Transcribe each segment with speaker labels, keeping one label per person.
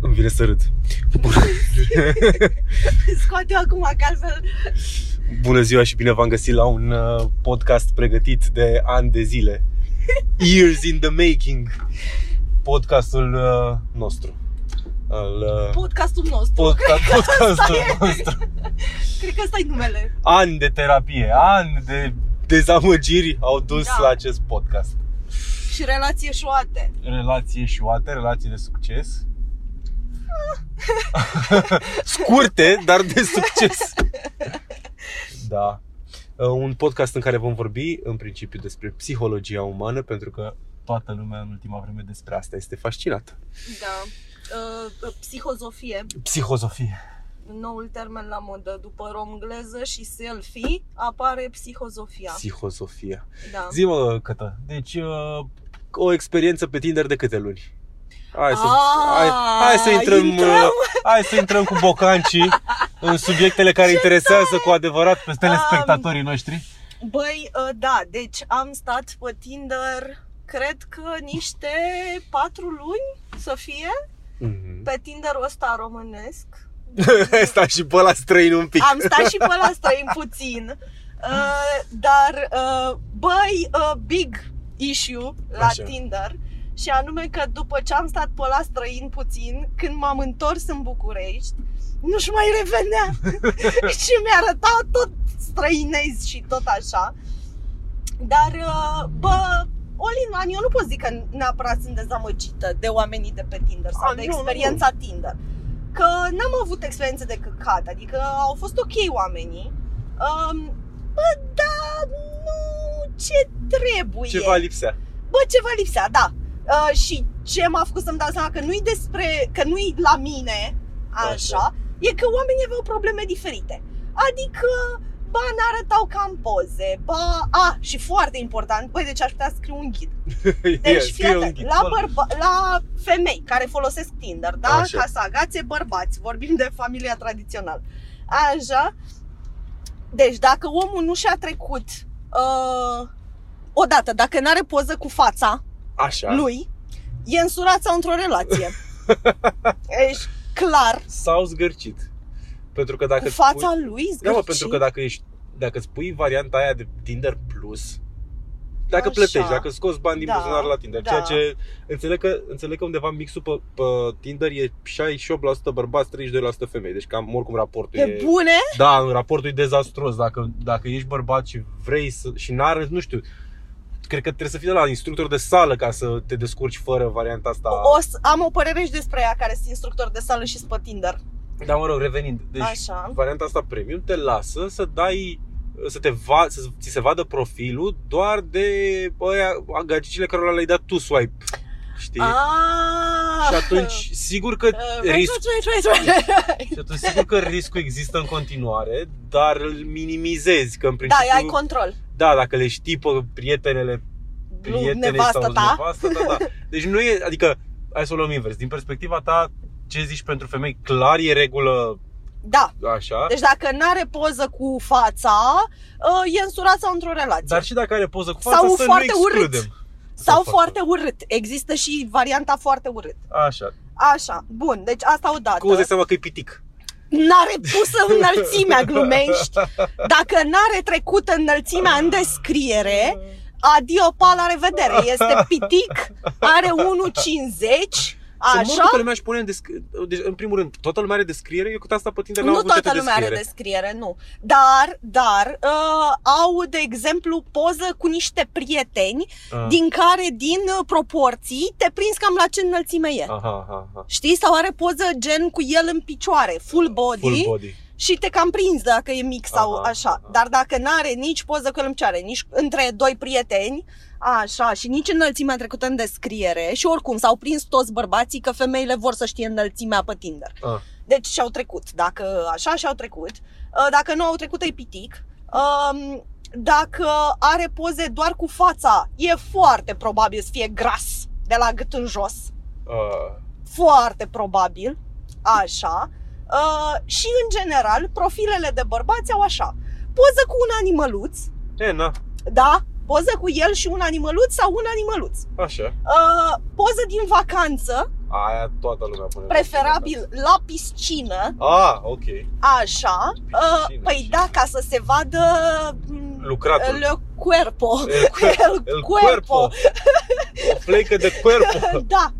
Speaker 1: Îmi vine să râd.
Speaker 2: Scoate-o acum, că altfel...
Speaker 1: Bună ziua și bine v-am găsit la un uh, podcast pregătit de ani de zile. Years in the making. Podcastul uh, nostru. Al, uh,
Speaker 2: Podcastul nostru.
Speaker 1: podcast, podcastul nostru.
Speaker 2: Cred că ăsta e numele.
Speaker 1: Ani de terapie, ani de dezamăgiri au dus
Speaker 2: Da.
Speaker 1: la acest podcast.
Speaker 2: Și relații eșuate.
Speaker 1: Relații eșuate, relații de succes. Scurte, dar de succes. Da. Uh, Un podcast în care vom vorbi în principiu despre psihologia umană, pentru că toată lumea în ultima vreme despre asta este fascinată.
Speaker 2: Da. Uh, Psihozofie,
Speaker 1: Psihozofie.
Speaker 2: noul termen la modă după romgleză și selfie, apare psihozofia.
Speaker 1: Psihozofia.
Speaker 2: Da.
Speaker 1: Zi mă, Cătă, deci uh, o experiență pe Tinder de câte luni? Hai să,
Speaker 2: Ah,
Speaker 1: hai, hai să intrăm,
Speaker 2: intrăm?
Speaker 1: uh, hai să intrăm cu bocancii în subiectele care interesează cu adevărat pe telespectatorii noștri.
Speaker 2: Băi, uh, da, deci am stat pe Tinder, cred că niște patru luni să fie,
Speaker 1: Mhm.
Speaker 2: pe Tinderul ăsta românesc.
Speaker 1: Stai și pe la străin un pic.
Speaker 2: Am stat și pe la străin puțin. Uh, dar, uh, băi, uh, big issue la
Speaker 1: Așa.
Speaker 2: Așa. Tinder. Și anume că după ce am stat pe la străin puțin, când m-am întors în București, nu-și mai revenea. și mi-arătau tot străinezi și tot așa. Dar, uh, bă, Olin, eu nu pot zic că neapărat sunt dezamăgită de oamenii de pe Tinder sau
Speaker 1: A,
Speaker 2: A, de
Speaker 1: Ah, nu, nu, nu.
Speaker 2: experiența nu, nu. Tinder. Că n-am avut experiențe de căcat, adică au fost ok oamenii. Um, bă, dar nu ce trebuie.
Speaker 1: Ceva lipsea.
Speaker 2: Bă, ceva lipsea, da. Uh, și ce m-a făcut să-mi dau seama că nu-i despre, că nu-i la mine, așa,
Speaker 1: Așa.
Speaker 2: e că oamenii aveau probleme diferite. Adică, ba, n-arătau ca în poze, ba, a, și foarte important, băi, deci aș putea scriu un ghid. Deci,
Speaker 1: Ia,
Speaker 2: yes,
Speaker 1: scrie
Speaker 2: fii
Speaker 1: un
Speaker 2: atent,
Speaker 1: ghid,
Speaker 2: la,
Speaker 1: fă-l.
Speaker 2: bărba- la femei care folosesc Tinder, da?
Speaker 1: Așa.
Speaker 2: Ca să agațe bărbați, vorbim de familia tradițională. Așa. Deci, dacă omul nu și-a trecut uh, odată, dacă n-are poză cu fața,
Speaker 1: Așa.
Speaker 2: lui e însurat sau într-o relație. Ești clar
Speaker 1: Sau zgârcit. Pentru că dacă
Speaker 2: cu
Speaker 1: îți
Speaker 2: fața
Speaker 1: pui-
Speaker 2: lui zgârcit.
Speaker 1: Da, mă, pentru că dacă ești dacă îți pui varianta aia de Tinder Plus, dacă
Speaker 2: Așa.
Speaker 1: plătești, dacă scoți bani din
Speaker 2: Da,
Speaker 1: buzunar la Tinder,
Speaker 2: da.
Speaker 1: ceea ce înțeleg că, înțeleg că undeva mixul pe, pe Tinder e 68% bărbați, 32% femei, deci cam oricum raportul
Speaker 2: Pe bune?
Speaker 1: Da, în raportul e dezastruos. Dacă, dacă ești bărbat și vrei să, și n-are, nu știu, cred că trebuie să fii de la instructor de sală ca să te descurci fără varianta asta.
Speaker 2: O să, am o părere și despre ea care sunt instructor de sală și pe Tinder.
Speaker 1: Dar mă rog, revenind. Deci,
Speaker 2: Așa.
Speaker 1: varianta asta premium te lasă să dai să te va, să ți se vadă profilul doar de ăia gagicile care le-ai dat tu swipe. Știi?
Speaker 2: Ah.
Speaker 1: Și atunci, sigur că
Speaker 2: Uh,
Speaker 1: risc,
Speaker 2: try, try, try, try.
Speaker 1: și atunci, sigur că riscul există în continuare, dar îl minimizezi, că în
Speaker 2: Da,
Speaker 1: principiu,
Speaker 2: ai control.
Speaker 1: da, dacă le știi pe prietenele prietene
Speaker 2: Nevastă
Speaker 1: sau
Speaker 2: ta.
Speaker 1: nevastă ta, da. Deci nu e, adică, hai să o luăm invers. Din perspectiva ta, ce zici pentru femei, clar e regulă
Speaker 2: Da.
Speaker 1: așa,
Speaker 2: Deci dacă n-are poză cu fața, uh, e însurat sau într-o relație.
Speaker 1: dar și dacă are poză cu
Speaker 2: Sau
Speaker 1: fața, să
Speaker 2: foarte
Speaker 1: nu
Speaker 2: urât.
Speaker 1: excludem.
Speaker 2: sau foarte urât. Există și varianta foarte urât.
Speaker 1: Așa.
Speaker 2: Așa, bun, deci asta o dată.
Speaker 1: Cum îți dai seama că e pitic?
Speaker 2: n-are pusă înălțimea, glumești. Dacă n-are trecută înălțimea în descriere, adio, pa, la revedere. Este pitic, are 1,50,
Speaker 1: Să mor
Speaker 2: așa.
Speaker 1: câtă lumea își pune în, desc- deci, în primul rând, toată lumea are descriere, eu cu asta pe Tinder n-am
Speaker 2: Nu
Speaker 1: avut atâtea
Speaker 2: toată lumea are
Speaker 1: descriere.
Speaker 2: descriere, nu. Dar, dar, uh, au, de exemplu, poză cu niște prieteni,
Speaker 1: Ah.
Speaker 2: din care, din uh, proporții, te prinzi cam la ce înălțime e.
Speaker 1: Aha, aha, aha.
Speaker 2: Știi? Sau are poză gen cu el în picioare, full body.
Speaker 1: Full body.
Speaker 2: și te cam prins dacă e mic sau
Speaker 1: Aha,
Speaker 2: aha, așa.
Speaker 1: aha.
Speaker 2: Dar dacă n-are nici poză cu el în picioare, nici între doi prieteni, așa, și nici înălțimea trecută în descriere și oricum s-au prins toți bărbații că femeile vor să știe înălțimea pe Tinder.
Speaker 1: Ah.
Speaker 2: Deci și-au trecut. Dacă așa și-au trecut. Uh, Dacă nu au trecut, e pitic. Um, Dacă are poze doar cu fața, e foarte probabil să fie gras de la gât în jos
Speaker 1: Ah.
Speaker 2: foarte probabil, așa, uh, și în general profilele de bărbați au așa, poză cu un animăluț,
Speaker 1: E, na,
Speaker 2: da, poză cu el și un animăluț sau un animăluț,
Speaker 1: așa.
Speaker 2: uh, poză din vacanță,
Speaker 1: Aia toată lumea pune.
Speaker 2: preferabil la piscină,
Speaker 1: Ah, ok.
Speaker 2: așa, uh,
Speaker 1: Piscină,
Speaker 2: păi
Speaker 1: și-
Speaker 2: da, ca să se vadă m,
Speaker 1: Lucratul.
Speaker 2: le cuerpo,
Speaker 1: El
Speaker 2: Cuer-
Speaker 1: El
Speaker 2: cuerpo,
Speaker 1: cuerpo. O fleică de cuerpo.
Speaker 2: da,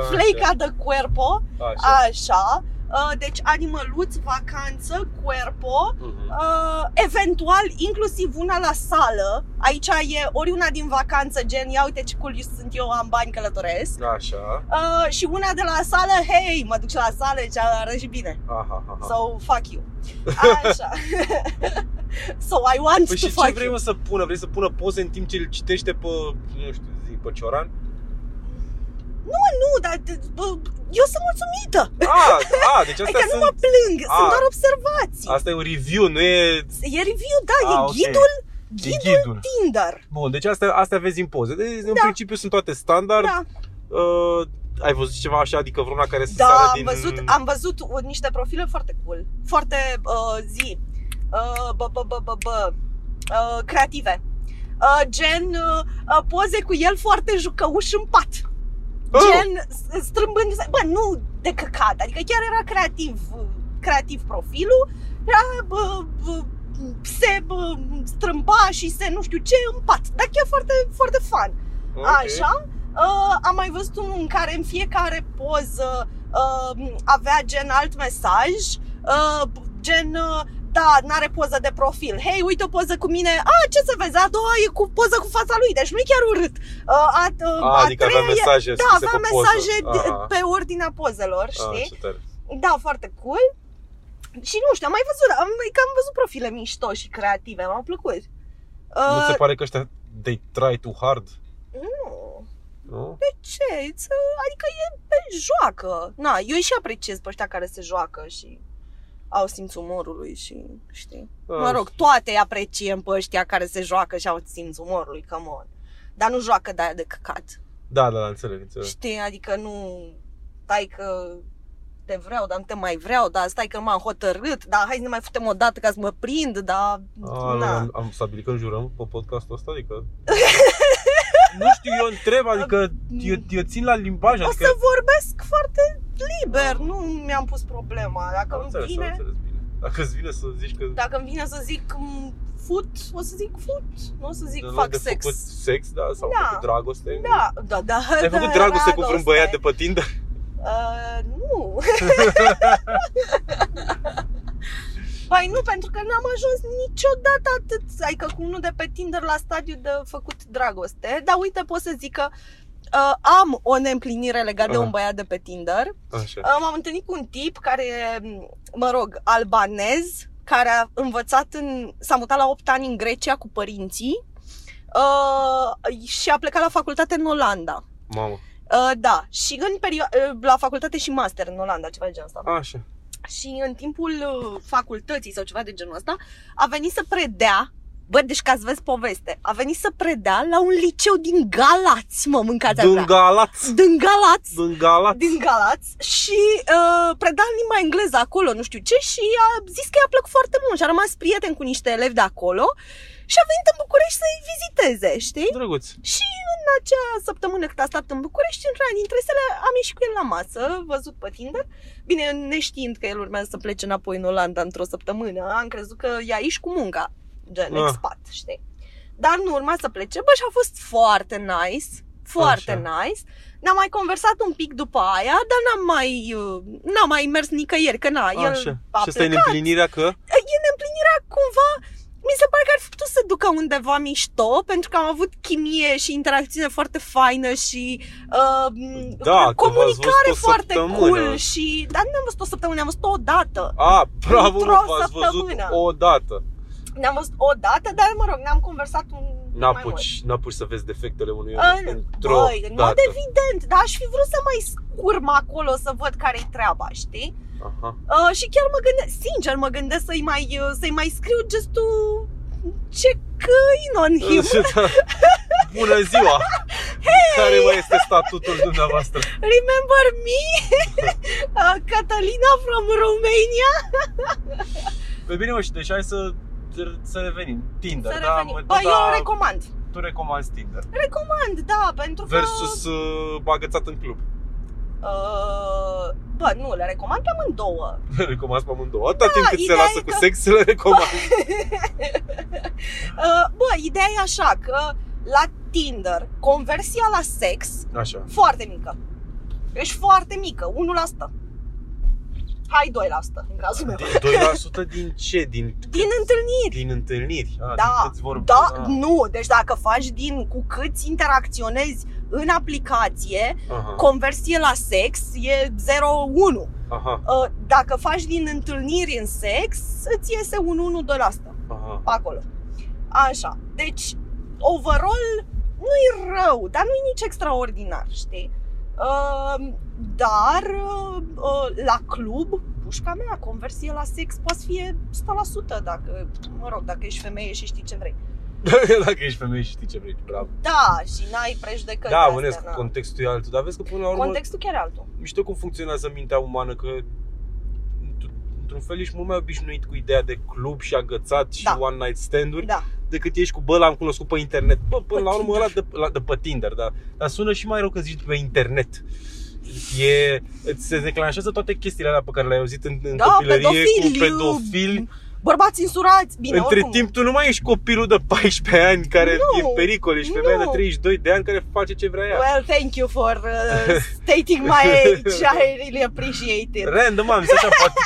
Speaker 1: Așa,
Speaker 2: fleica de cuerpo,
Speaker 1: Așa.
Speaker 2: așa, uh, deci animăluți, vacanță, cuerpo,
Speaker 1: Mhm.
Speaker 2: Uh, eventual, inclusiv una la sală. Aici e ori una din vacanță, gen, ia uite ce cool sunt eu, am bani, călătoresc.
Speaker 1: Așa.
Speaker 2: Uh, și una de la sală, hei, mă duc și la sală, ce arăt și bine.
Speaker 1: Aha, aha.
Speaker 2: So, fuck you. Așa. so, I want
Speaker 1: Păi
Speaker 2: to
Speaker 1: și ce
Speaker 2: fuck
Speaker 1: vrei
Speaker 2: you.
Speaker 1: mă să pună? Vrei să pună poze în timp ce îl citește pe, nu știu, zi, pe Cioran?
Speaker 2: Nu, dar d- bă, eu sunt mulțumită.
Speaker 1: A, a, deci astea
Speaker 2: Adică nu mă
Speaker 1: sunt...
Speaker 2: plâng,
Speaker 1: A.
Speaker 2: sunt doar observații.
Speaker 1: Asta e un review, nu e...
Speaker 2: E review, da,
Speaker 1: A,
Speaker 2: e
Speaker 1: ok.
Speaker 2: ghidul,
Speaker 1: E
Speaker 2: ghidul
Speaker 1: ghidul.
Speaker 2: Tinder.
Speaker 1: Bun, deci astea, astea vezi în poze. Deci, în
Speaker 2: Da.
Speaker 1: principiu sunt toate standard.
Speaker 2: Da.
Speaker 1: Uh, ai văzut ceva așa, adică vreuna care să
Speaker 2: Da,
Speaker 1: sară
Speaker 2: am
Speaker 1: din... Oh,
Speaker 2: văzut, am văzut uh, niște profile foarte cool, foarte uh, zi, uh, bă, bă, bă, bă, bă, uh, creative. Uh, gen uh, uh, poze cu el foarte jucăuș în pat.
Speaker 1: Oh!
Speaker 2: Gen s- strâmbându-se, bă, nu de căcat, adică chiar era creativ, uh, creativ profilul, era, bă, bă, se bă, strâmba și se nu știu ce în pat, dar chiar foarte, foarte fun.
Speaker 1: Ok.
Speaker 2: Așa. Uh, am mai văzut unul în care în fiecare poză uh, avea gen alt mesaj, uh, gen uh, da, n-are poză de profil. Hei, uite o poză cu mine. A, ce să vezi? A doua e cu poză cu fața lui, deci nu e chiar urât. Uh, a, uh,
Speaker 1: A, adică avea
Speaker 2: treia e-
Speaker 1: mesaje
Speaker 2: Da,
Speaker 1: scrise
Speaker 2: avea
Speaker 1: pe poză. Ah.
Speaker 2: mesaje de,
Speaker 1: Aha.
Speaker 2: pe ordinea pozelor, știi?
Speaker 1: A, ce tare.
Speaker 2: Da, foarte cool. Și nu știu, am mai văzut, am, că am văzut profile mișto și creative, m-au plăcut.
Speaker 1: Nu ți se
Speaker 2: Uh,
Speaker 1: pare că ăștia they try too hard?
Speaker 2: nu.
Speaker 1: Nu?
Speaker 2: ce, it's, uh, adică e pe joacă. Na, eu și apreciez pe ăștia care se joacă și au simțul umorului și știi. Deci, Mă
Speaker 1: Ah.
Speaker 2: rog, toate îi apreciem pe ăștia care se joacă și au simțul umorului, come on. Dar nu joacă de aia de căcat.
Speaker 1: Da, da, da, înțeleg, înțeleg.
Speaker 2: Știi, adică nu stai că te vreau, dar nu te mai vreau, dar stai că m-am hotărât, dar hai să ne mai futem o dată ca să mă prind, dar...
Speaker 1: A, nu,
Speaker 2: na.
Speaker 1: am, am stabilit că înjurăm pe podcastul ăsta, adică... nu știu, eu întreb, adică eu, eu țin la limbaj,
Speaker 2: O
Speaker 1: adică...
Speaker 2: să vorbesc foarte liber, nu mi-am pus problema. Dacă
Speaker 1: Am
Speaker 2: îmi
Speaker 1: înțeles, am
Speaker 2: vine,
Speaker 1: înțeles bine. Dacă îți vine să zici că...
Speaker 2: dacă îmi vine să zic m, fut, o să zic fut, nu o să zic
Speaker 1: de-
Speaker 2: fac
Speaker 1: de
Speaker 2: sex.
Speaker 1: făcut sex, da, sau
Speaker 2: Da.
Speaker 1: făcut dragoste.
Speaker 2: Da, da, da.
Speaker 1: Ai
Speaker 2: da,
Speaker 1: făcut dragoste cu vreun băiat de pe Tinder?
Speaker 2: Uh, nu. Păi nu, pentru că n-am ajuns niciodată atât, adică cu unul de pe Tinder la stadiu de făcut dragoste, dar uite pot să zic că uh, am o neîmplinire legată de
Speaker 1: Ah.
Speaker 2: un băiat de pe Tinder,
Speaker 1: Așa.
Speaker 2: Uh, M-am întâlnit cu un tip care e, mă rog, albanez, care a învățat în... s-a mutat la 8 ani în Grecia cu părinții uh, și a plecat la facultate în Olanda.
Speaker 1: Mamă.
Speaker 2: Uh, da, și în perio- uh, la facultate și master în Olanda, ceva de genul ăsta.
Speaker 1: Așa.
Speaker 2: Și în timpul uh, facultății sau ceva de genul ăsta, a venit să predea Bă, deci ca să vezi poveste, a venit să predea la un liceu din Galați, mă, mâncați
Speaker 1: Din Galați.
Speaker 2: Din Galați!
Speaker 1: Din Galați.
Speaker 2: din Galați și uh, preda în limba engleză acolo, nu știu ce, și a zis că i-a plăcut foarte mult și a rămas prieten cu niște elevi de acolo și a venit în București să-i viziteze, știi?
Speaker 1: Drăguț.
Speaker 2: Și în acea săptămână cât a stat în București, într-una dintre sele am ieșit cu el la masă, văzut pe Tinder. Bine, neștiind că el urmează să plece înapoi în Olanda într-o săptămână, am crezut că e aici cu munca, gen
Speaker 1: Ah.
Speaker 2: expat, știi? Dar nu urma să plece, bă, și a fost foarte nice, foarte
Speaker 1: Așa.
Speaker 2: nice. Ne-am mai conversat un pic după aia, dar n-am mai, uh, n-am mai mers nicăieri, că na, Da, el
Speaker 1: Așa.
Speaker 2: a
Speaker 1: Și asta e în
Speaker 2: plecat.
Speaker 1: împlinirea că...
Speaker 2: E neîmplinirea cumva mi se pare că ar fi putut să ducă undeva mișto, pentru că am avut chimie și interacțiune foarte faină și uh, m,
Speaker 1: Da, că v-ați
Speaker 2: comunicare
Speaker 1: văzut o
Speaker 2: foarte cool
Speaker 1: săptămână.
Speaker 2: și dar nu am văzut o săptămână, am văzut o dată.
Speaker 1: A, bravo,
Speaker 2: Într-o
Speaker 1: nu v-ați văzut
Speaker 2: săptămână.
Speaker 1: o dată.
Speaker 2: Ne-am văzut o dată, dar mă rog, ne-am conversat un pic mai mult.
Speaker 1: N-apuci, n-apuci să vezi defectele unui
Speaker 2: A,
Speaker 1: om într-o
Speaker 2: Băi, în mod
Speaker 1: dată.
Speaker 2: evident, dar aș fi vrut să mai scurm acolo să văd care-i treaba, știi?
Speaker 1: Aha.
Speaker 2: Uh, și chiar mă gândesc, sincer mă gândesc să-i mai, uh, să-i mai scriu gestul ce căin on him.
Speaker 1: "Da, Bună ziua! Hey! Care mai este statutul dumneavoastră?
Speaker 2: Remember me? Uh, Catalina from Romania?
Speaker 1: Pe bine, mă, și deci hai să, să revenim. Tinder,
Speaker 2: Să
Speaker 1: da?
Speaker 2: revenim.
Speaker 1: Mă,
Speaker 2: Bă,
Speaker 1: da,
Speaker 2: Păi, eu recomand.
Speaker 1: Tu recomanzi Tinder.
Speaker 2: Recomand, da, pentru că...
Speaker 1: Versus uh, agățat în club.
Speaker 2: Uh, bă, nu, le recomand pe amândouă.
Speaker 1: Le recomand pe amândouă. Atâta timp cât se
Speaker 2: Da, ideea
Speaker 1: lasă
Speaker 2: e
Speaker 1: cu
Speaker 2: că-
Speaker 1: sex, le recomand.
Speaker 2: Uh, bă, ideea e așa că la Tinder, conversia la sex
Speaker 1: Așa.
Speaker 2: foarte mică. Ești foarte mică, 1%. Hai 2% în cazul meu.
Speaker 1: 2% din ce? Din,
Speaker 2: Din întâlniri.
Speaker 1: din întâlniri. A,
Speaker 2: Da,
Speaker 1: din câți vorbi.
Speaker 2: Da,
Speaker 1: A,
Speaker 2: nu, deci dacă faci din cu câți interacționezi în aplicație,
Speaker 1: Aha.
Speaker 2: conversie la sex e 0,1.
Speaker 1: Aha.
Speaker 2: Uh, Dacă faci din întâlniri în sex, îți iese 1-1-2%.
Speaker 1: Aha.
Speaker 2: pe acolo. Așa. Deci, overall, nu-i rău, dar nu-i nici extraordinar, știi? Uh, dar uh, uh, la club, pușca mea, conversie la sex poate să fie 100% dacă, mă rog, dacă ești femeie și știi ce vrei.
Speaker 1: Dacă ești femeie și știi ce vrei, bravo.
Speaker 2: Da, și n-ai prejudecăți
Speaker 1: Da,
Speaker 2: de-astea,
Speaker 1: bănesc,
Speaker 2: na.
Speaker 1: contextul e altul, dar vezi că până la urmă
Speaker 2: Contextul chiar e altul.
Speaker 1: nu știu cum funcționează mintea umană, că într- într-un fel ești mult mai obișnuit cu ideea de club și agățat și
Speaker 2: Da.
Speaker 1: one night stand-uri
Speaker 2: Da.
Speaker 1: decât ești cu bă, l-am cunoscut pe internet. Bă, până
Speaker 2: Pe
Speaker 1: la urmă ăla
Speaker 2: Tinder.
Speaker 1: de, la, de pe Tinder, da. Dar sună și mai rău că zici pe internet. E, îți se declanșează toate chestiile alea pe care le-ai auzit în, în
Speaker 2: Da,
Speaker 1: copilărie
Speaker 2: pedofili,
Speaker 1: cu pedofili.
Speaker 2: Bărbați însurați, bine,
Speaker 1: Între
Speaker 2: oricum.
Speaker 1: timp tu nu mai ești copilul de 14 ani care
Speaker 2: Nu,
Speaker 1: e în pericol, ești femeia de
Speaker 2: nu.
Speaker 1: 32 de ani care face ce vrea ea.
Speaker 2: Well, thank you for uh, stating my age. I really appreciate it.
Speaker 1: Random am zis așa poate.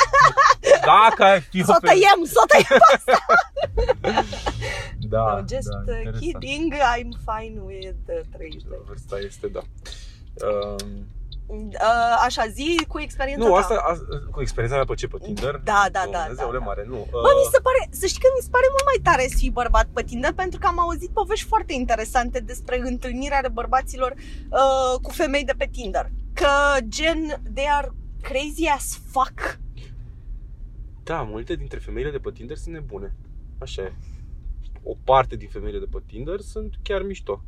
Speaker 1: Dacă ai fi
Speaker 2: Să o tăiem, să o tăiem.
Speaker 1: Da,
Speaker 2: no, just
Speaker 1: da,
Speaker 2: uh,
Speaker 1: interesant.
Speaker 2: kidding, I'm fine with uh, 32.
Speaker 1: Vârsta este, da. Um,
Speaker 2: Uh, așa, zi cu experiența
Speaker 1: nu,
Speaker 2: ta.
Speaker 1: asta, asta cu experiența mea pe ce, pe Tinder?
Speaker 2: Da, da, da, da.
Speaker 1: Dumnezeule
Speaker 2: da.
Speaker 1: mare, nu. uh,
Speaker 2: Bă, mi se pare, să știi că mi se pare mult mai tare să fii bărbat pe Tinder pentru că am auzit povești foarte interesante despre întâlnirea de bărbaților uh, cu femei de pe Tinder. Că gen, they are crazy as fuck.
Speaker 1: Da, multe dintre femeile de pe Tinder sunt nebune. Așa e. O parte din femeile de pe Tinder sunt chiar mișto.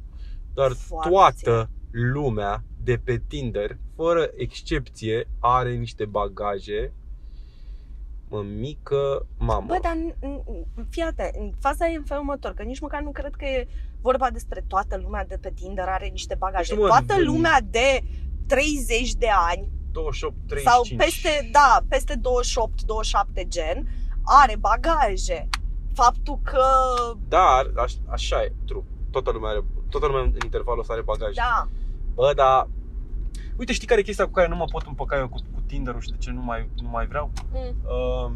Speaker 1: Dar
Speaker 2: Foarte
Speaker 1: toată lumea de pe Tinder, fără excepție, are niște bagaje mă mică mamă.
Speaker 2: Bă, da. dar n- n- fii atent, faza e în felul următor, că nici măcar nu cred că e vorba despre toată lumea de pe Tinder are niște bagaje.
Speaker 1: Deci, mă,
Speaker 2: toată
Speaker 1: în-
Speaker 2: lumea de 30 de ani
Speaker 1: 28, 35.
Speaker 2: sau peste, da, peste 28, 27 gen are bagaje. Faptul că
Speaker 1: Dar, aș, așa e, true. Toată lumea, are, toată lumea în intervalul ăsta are bagaje.
Speaker 2: da,
Speaker 1: Bă, dar... Uite, știi care e chestia cu care nu mă pot împăca eu cu, cu Tinder-ul și de ce nu mai, nu mai vreau?
Speaker 2: mm,
Speaker 1: Um,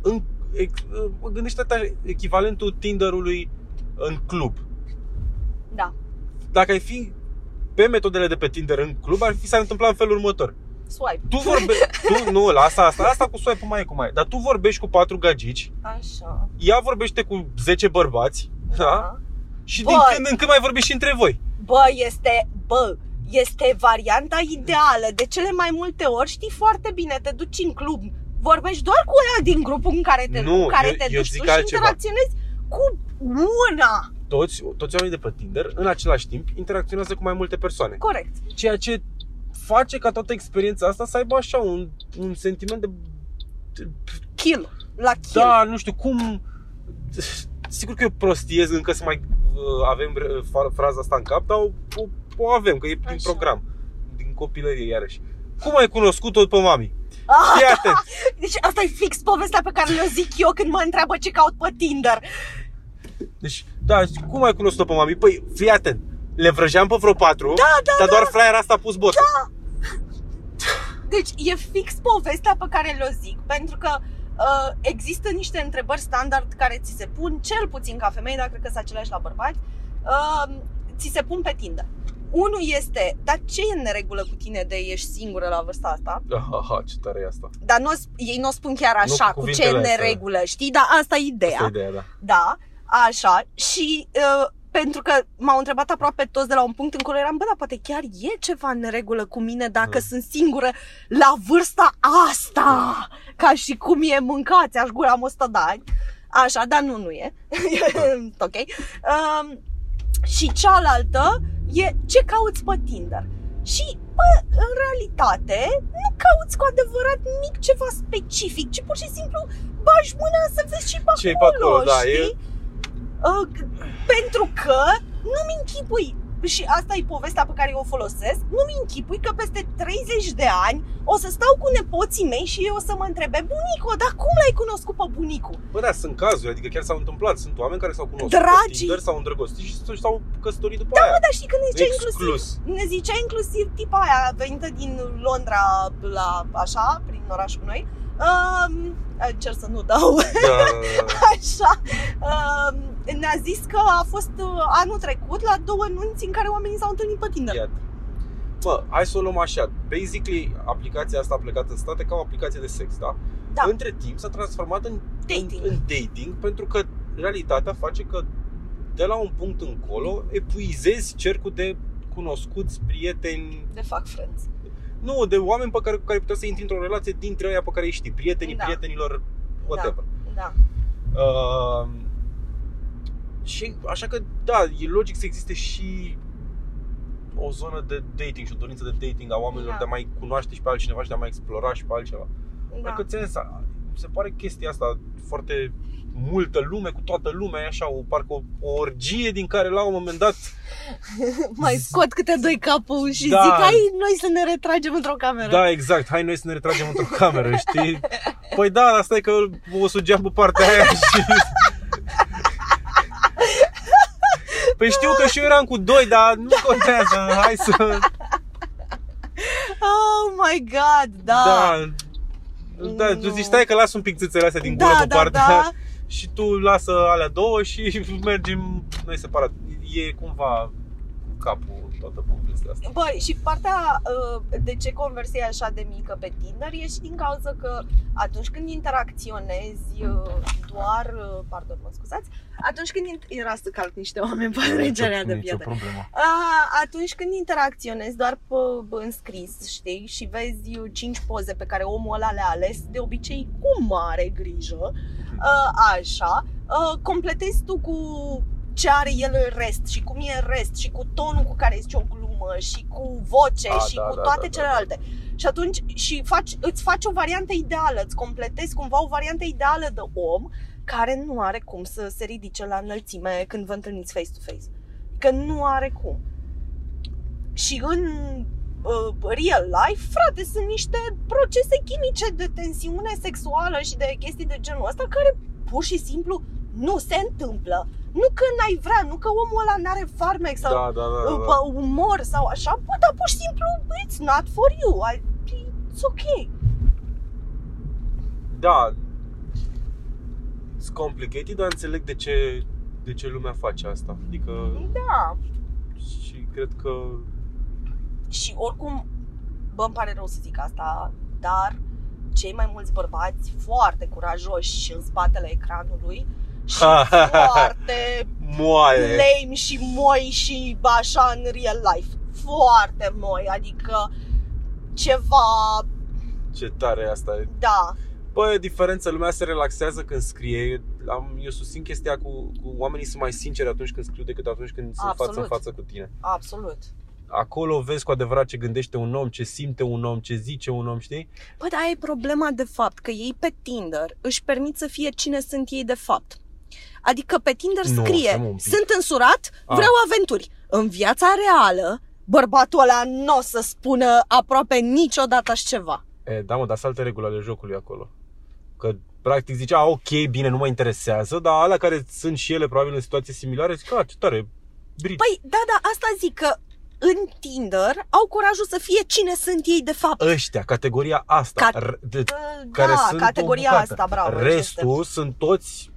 Speaker 1: în, ex, mă gândește-te echivalentul Tinder-ului în club.
Speaker 2: da,
Speaker 1: Dacă ai fi pe metodele de pe Tinder în club, ar fi s-ar întâmpla în felul următor.
Speaker 2: swipe.
Speaker 1: Tu vorbești, tu, nu, lasă asta, asta cu swipe mai e cum mai e, dar tu vorbești cu patru gagici,
Speaker 2: Așa.
Speaker 1: ea vorbește cu 10 bărbați, da? Și din
Speaker 2: Bă.
Speaker 1: când în când mai vorbiți și între voi.
Speaker 2: Bă, este, bă, este varianta ideală. De cele mai multe ori știi foarte bine, te duci în club, vorbești doar cu ea din grupul în care te,
Speaker 1: Nu,
Speaker 2: cu care
Speaker 1: eu-
Speaker 2: te
Speaker 1: eu
Speaker 2: duci
Speaker 1: zic
Speaker 2: tu și
Speaker 1: altceva.
Speaker 2: interacționezi cu una.
Speaker 1: Toți, toți oamenii de pe Tinder, în același timp, interacționează cu mai multe persoane.
Speaker 2: Corect.
Speaker 1: ceea ce face ca toată experiența asta să aibă așa un, un sentiment de,
Speaker 2: Kill. La kill.
Speaker 1: da, nu știu cum sigur că eu prostiez încă să mai uh, avem uh, fra- fraza asta în cap, dar o, o, o avem, că e prin
Speaker 2: Așa.
Speaker 1: program din copilărie iarăși. Cum ai cunoscut-o pe mami?
Speaker 2: Ah,
Speaker 1: Fii atent!
Speaker 2: deci asta e fix povestea pe care le zic eu când mă întreabă ce caut pe Tinder.
Speaker 1: Da, Deci, da, și cum ai cunoscut-o pe mami? Păi, fii atent! Le vrăjeam pe vreo patru,
Speaker 2: Da, da,
Speaker 1: dar doar fraier asta a pus botul.
Speaker 2: Deci e fix povestea pe care le zic, pentru că uh, există niște întrebări standard care ți se pun, cel puțin ca femei, dar cred că sunt aceleași la bărbați, uh, ți se pun pe Tinder. Unul este, dar ce e în regulă cu tine de ești singură la vârsta asta?
Speaker 1: Da. Aha, ce tare e asta.
Speaker 2: Dar nu, o sp- ei nu o spun chiar
Speaker 1: Nu
Speaker 2: așa,
Speaker 1: cu
Speaker 2: cu ce e în
Speaker 1: cuvintele astea.
Speaker 2: neregulă, știi? Dar asta e ideea.
Speaker 1: Asta e ideea, da.
Speaker 2: Da, așa. Și uh, pentru că m-au întrebat aproape toți de la un punct încolo, eram, bă, dar poate chiar e ceva în regulă cu mine dacă
Speaker 1: Mm.
Speaker 2: sunt singură la vârsta asta, ca și cum e mâncați, aș gura da." am 100 de ani. Așa, dar nu, nu e. ok. Um, și cealaltă e ce cauți pe Tinder. Și, bă, în realitate, nu cauți cu adevărat nimic ceva specific, ci pur și simplu bagi mâna să vezi ce pe
Speaker 1: Ce-i
Speaker 2: ce
Speaker 1: pe acolo, da,
Speaker 2: știi?
Speaker 1: e-
Speaker 2: Uh, c- pentru că nu-mi închipui și asta e povestea pe care eu o folosesc, nu-mi închipui că peste 30 de ani o să stau cu nepoții mei și eu o să mă întrebe, bunico, dar cum l-ai cunoscut pe bunicul?
Speaker 1: Bă, da, sunt cazuri, adică chiar s-au întâmplat. Sunt oameni care s-au cunoscut
Speaker 2: Dragii.
Speaker 1: pe Tinder, s-au îndrăgostit și s- s-au căsătorit după
Speaker 2: Da,
Speaker 1: aia.
Speaker 2: mă, dar știi că ne zicea inclusiv,
Speaker 1: Exclus.
Speaker 2: ne zicea inclusiv tipa aia venită din Londra, la așa, prin oraș cu noi, um, cer să nu dau
Speaker 1: Da, da, da, da.
Speaker 2: Așa. Uh, ne-a zis că a fost uh, anul trecut la două nunți în care oamenii s-au întâlnit pe Tinder.
Speaker 1: Iată. Mă, Da, hai să o luăm așa. Basically, aplicația asta a plecat în state ca o aplicație de sex, da?
Speaker 2: Da.
Speaker 1: Între timp s-a transformat în
Speaker 2: Dating.
Speaker 1: În, în dating, pentru că realitatea face că de la un punct încolo epuizezi cercul de cunoscuți, prieteni,
Speaker 2: De fac friends.
Speaker 1: nu, de oameni pe care, cu care puteai să intri într-o relație dintre aia pe care îi știi, prietenii,
Speaker 2: Da.
Speaker 1: prietenilor, whatever.
Speaker 2: Da.
Speaker 1: Uh, și așa că, da, e logic să existe și o zonă de dating și o dorință de dating a oamenilor
Speaker 2: Da.
Speaker 1: de a mai cunoaște și pe altcineva și de a mai explora și pe altceva. Da.
Speaker 2: da.
Speaker 1: Adică, ți mi se pare chestia asta foarte multă lume, cu toată lumea, e așa, o, parcă o, o orgie din care la un moment dat
Speaker 2: Mai scot câte doi capul și
Speaker 1: Da.
Speaker 2: zic, hai noi să ne retragem într-o cameră.
Speaker 1: Da, exact. Hai noi să ne retragem într-o cameră, știi? Păi da, dar stai că o sugeam pe partea aia și... Păi știu că și eu eram cu doi, dar nu contează. Hai să...
Speaker 2: Oh my god, da.
Speaker 1: Da. Da, tu
Speaker 2: Nu.
Speaker 1: zici, stai că las un pic țâțele astea din gură
Speaker 2: da,
Speaker 1: pe
Speaker 2: da,
Speaker 1: partea
Speaker 2: da.
Speaker 1: și tu lasă alea două și mergem noi separat. E cumva cu capul toată povestea asta.
Speaker 2: Băi, și partea uh, de ce conversia e așa de mică pe Tinder e și din cauza că atunci când interacționezi uh, doar, uh, pardon, mă scuzați, atunci când int- era să calc niște oameni pe regerea de
Speaker 1: nicio
Speaker 2: piatră.
Speaker 1: problemă.
Speaker 2: A, Ah, atunci când interacționezi doar pe în scris, știi, și vezi eu, cinci poze pe care omul ăla le-a ales, de obicei cu mare grijă, a, așa, a, completezi tu cu ce are el în rest și cum e în rest și cu tonul cu care zici o glumă și cu voce
Speaker 1: A,
Speaker 2: și
Speaker 1: da,
Speaker 2: cu
Speaker 1: da,
Speaker 2: toate
Speaker 1: da, da,
Speaker 2: celelalte. Și atunci și faci, îți faci o variantă ideală, îți completezi cumva o variantă ideală de om care nu are cum să se ridice la înălțime când vă întâlniți face-to-face că nu are cum. Și în uh, real life, frate, sunt niște procese chimice de tensiune sexuală și de chestii de genul ăsta care pur și simplu nu se întâmplă. Nu că n-ai vrea, nu că omul ăla n-are farmec sau
Speaker 1: Da, da, da, da,
Speaker 2: uh,
Speaker 1: da.
Speaker 2: pe umor sau așa, bă, dar pur și simplu it's not for you. I, it's ok.
Speaker 1: Da. It's complicated, dar înțeleg de ce, de ce lumea face asta. Adică
Speaker 2: Da.
Speaker 1: și cred că
Speaker 2: Și oricum, bă, îmi pare rău să zic asta, dar cei mai mulți bărbați foarte curajoși în spatele ecranului și foarte
Speaker 1: moare.
Speaker 2: lame și moi și așa în real life. Foarte moi, adică ceva,
Speaker 1: Ce tare asta e.
Speaker 2: da,
Speaker 1: Bă, e o diferență, lumea se relaxează când scrie. Eu, am, eu susțin chestia cu, cu oamenii sunt mai sinceri atunci când scriu decât atunci când sunt
Speaker 2: Absolut.
Speaker 1: față în față cu tine.
Speaker 2: absolut.
Speaker 1: Acolo vezi cu adevărat ce gândește un om, ce simte un om, ce zice un om, știi?
Speaker 2: Bă, Păi, dar e problema de fapt, că ei pe Tinder își permit să fie cine sunt ei de fapt. Adică pe Tinder
Speaker 1: Nu,
Speaker 2: scrie,
Speaker 1: stai-mă un pic. Ah.
Speaker 2: sunt însurat,
Speaker 1: A.
Speaker 2: vreau aventuri. În viața reală, bărbatul ăla nu o să spună aproape niciodată așa ceva.
Speaker 1: E, da, mă, dar sunt alte reguli ale jocului acolo. Că practic zice, a, ok, bine, nu mă interesează, dar alea care sunt și ele probabil în situații similare, zic, a, ce tare, brici.
Speaker 2: Păi, da, da, asta zic că în Tinder au curajul să fie cine sunt ei de fapt.
Speaker 1: Ăștia, categoria asta,
Speaker 2: Păi- Cat-
Speaker 1: r- de,
Speaker 2: Uh,
Speaker 1: care
Speaker 2: da,
Speaker 1: sunt o
Speaker 2: categoria
Speaker 1: bucată.
Speaker 2: asta, bravo.
Speaker 1: restul sunt toți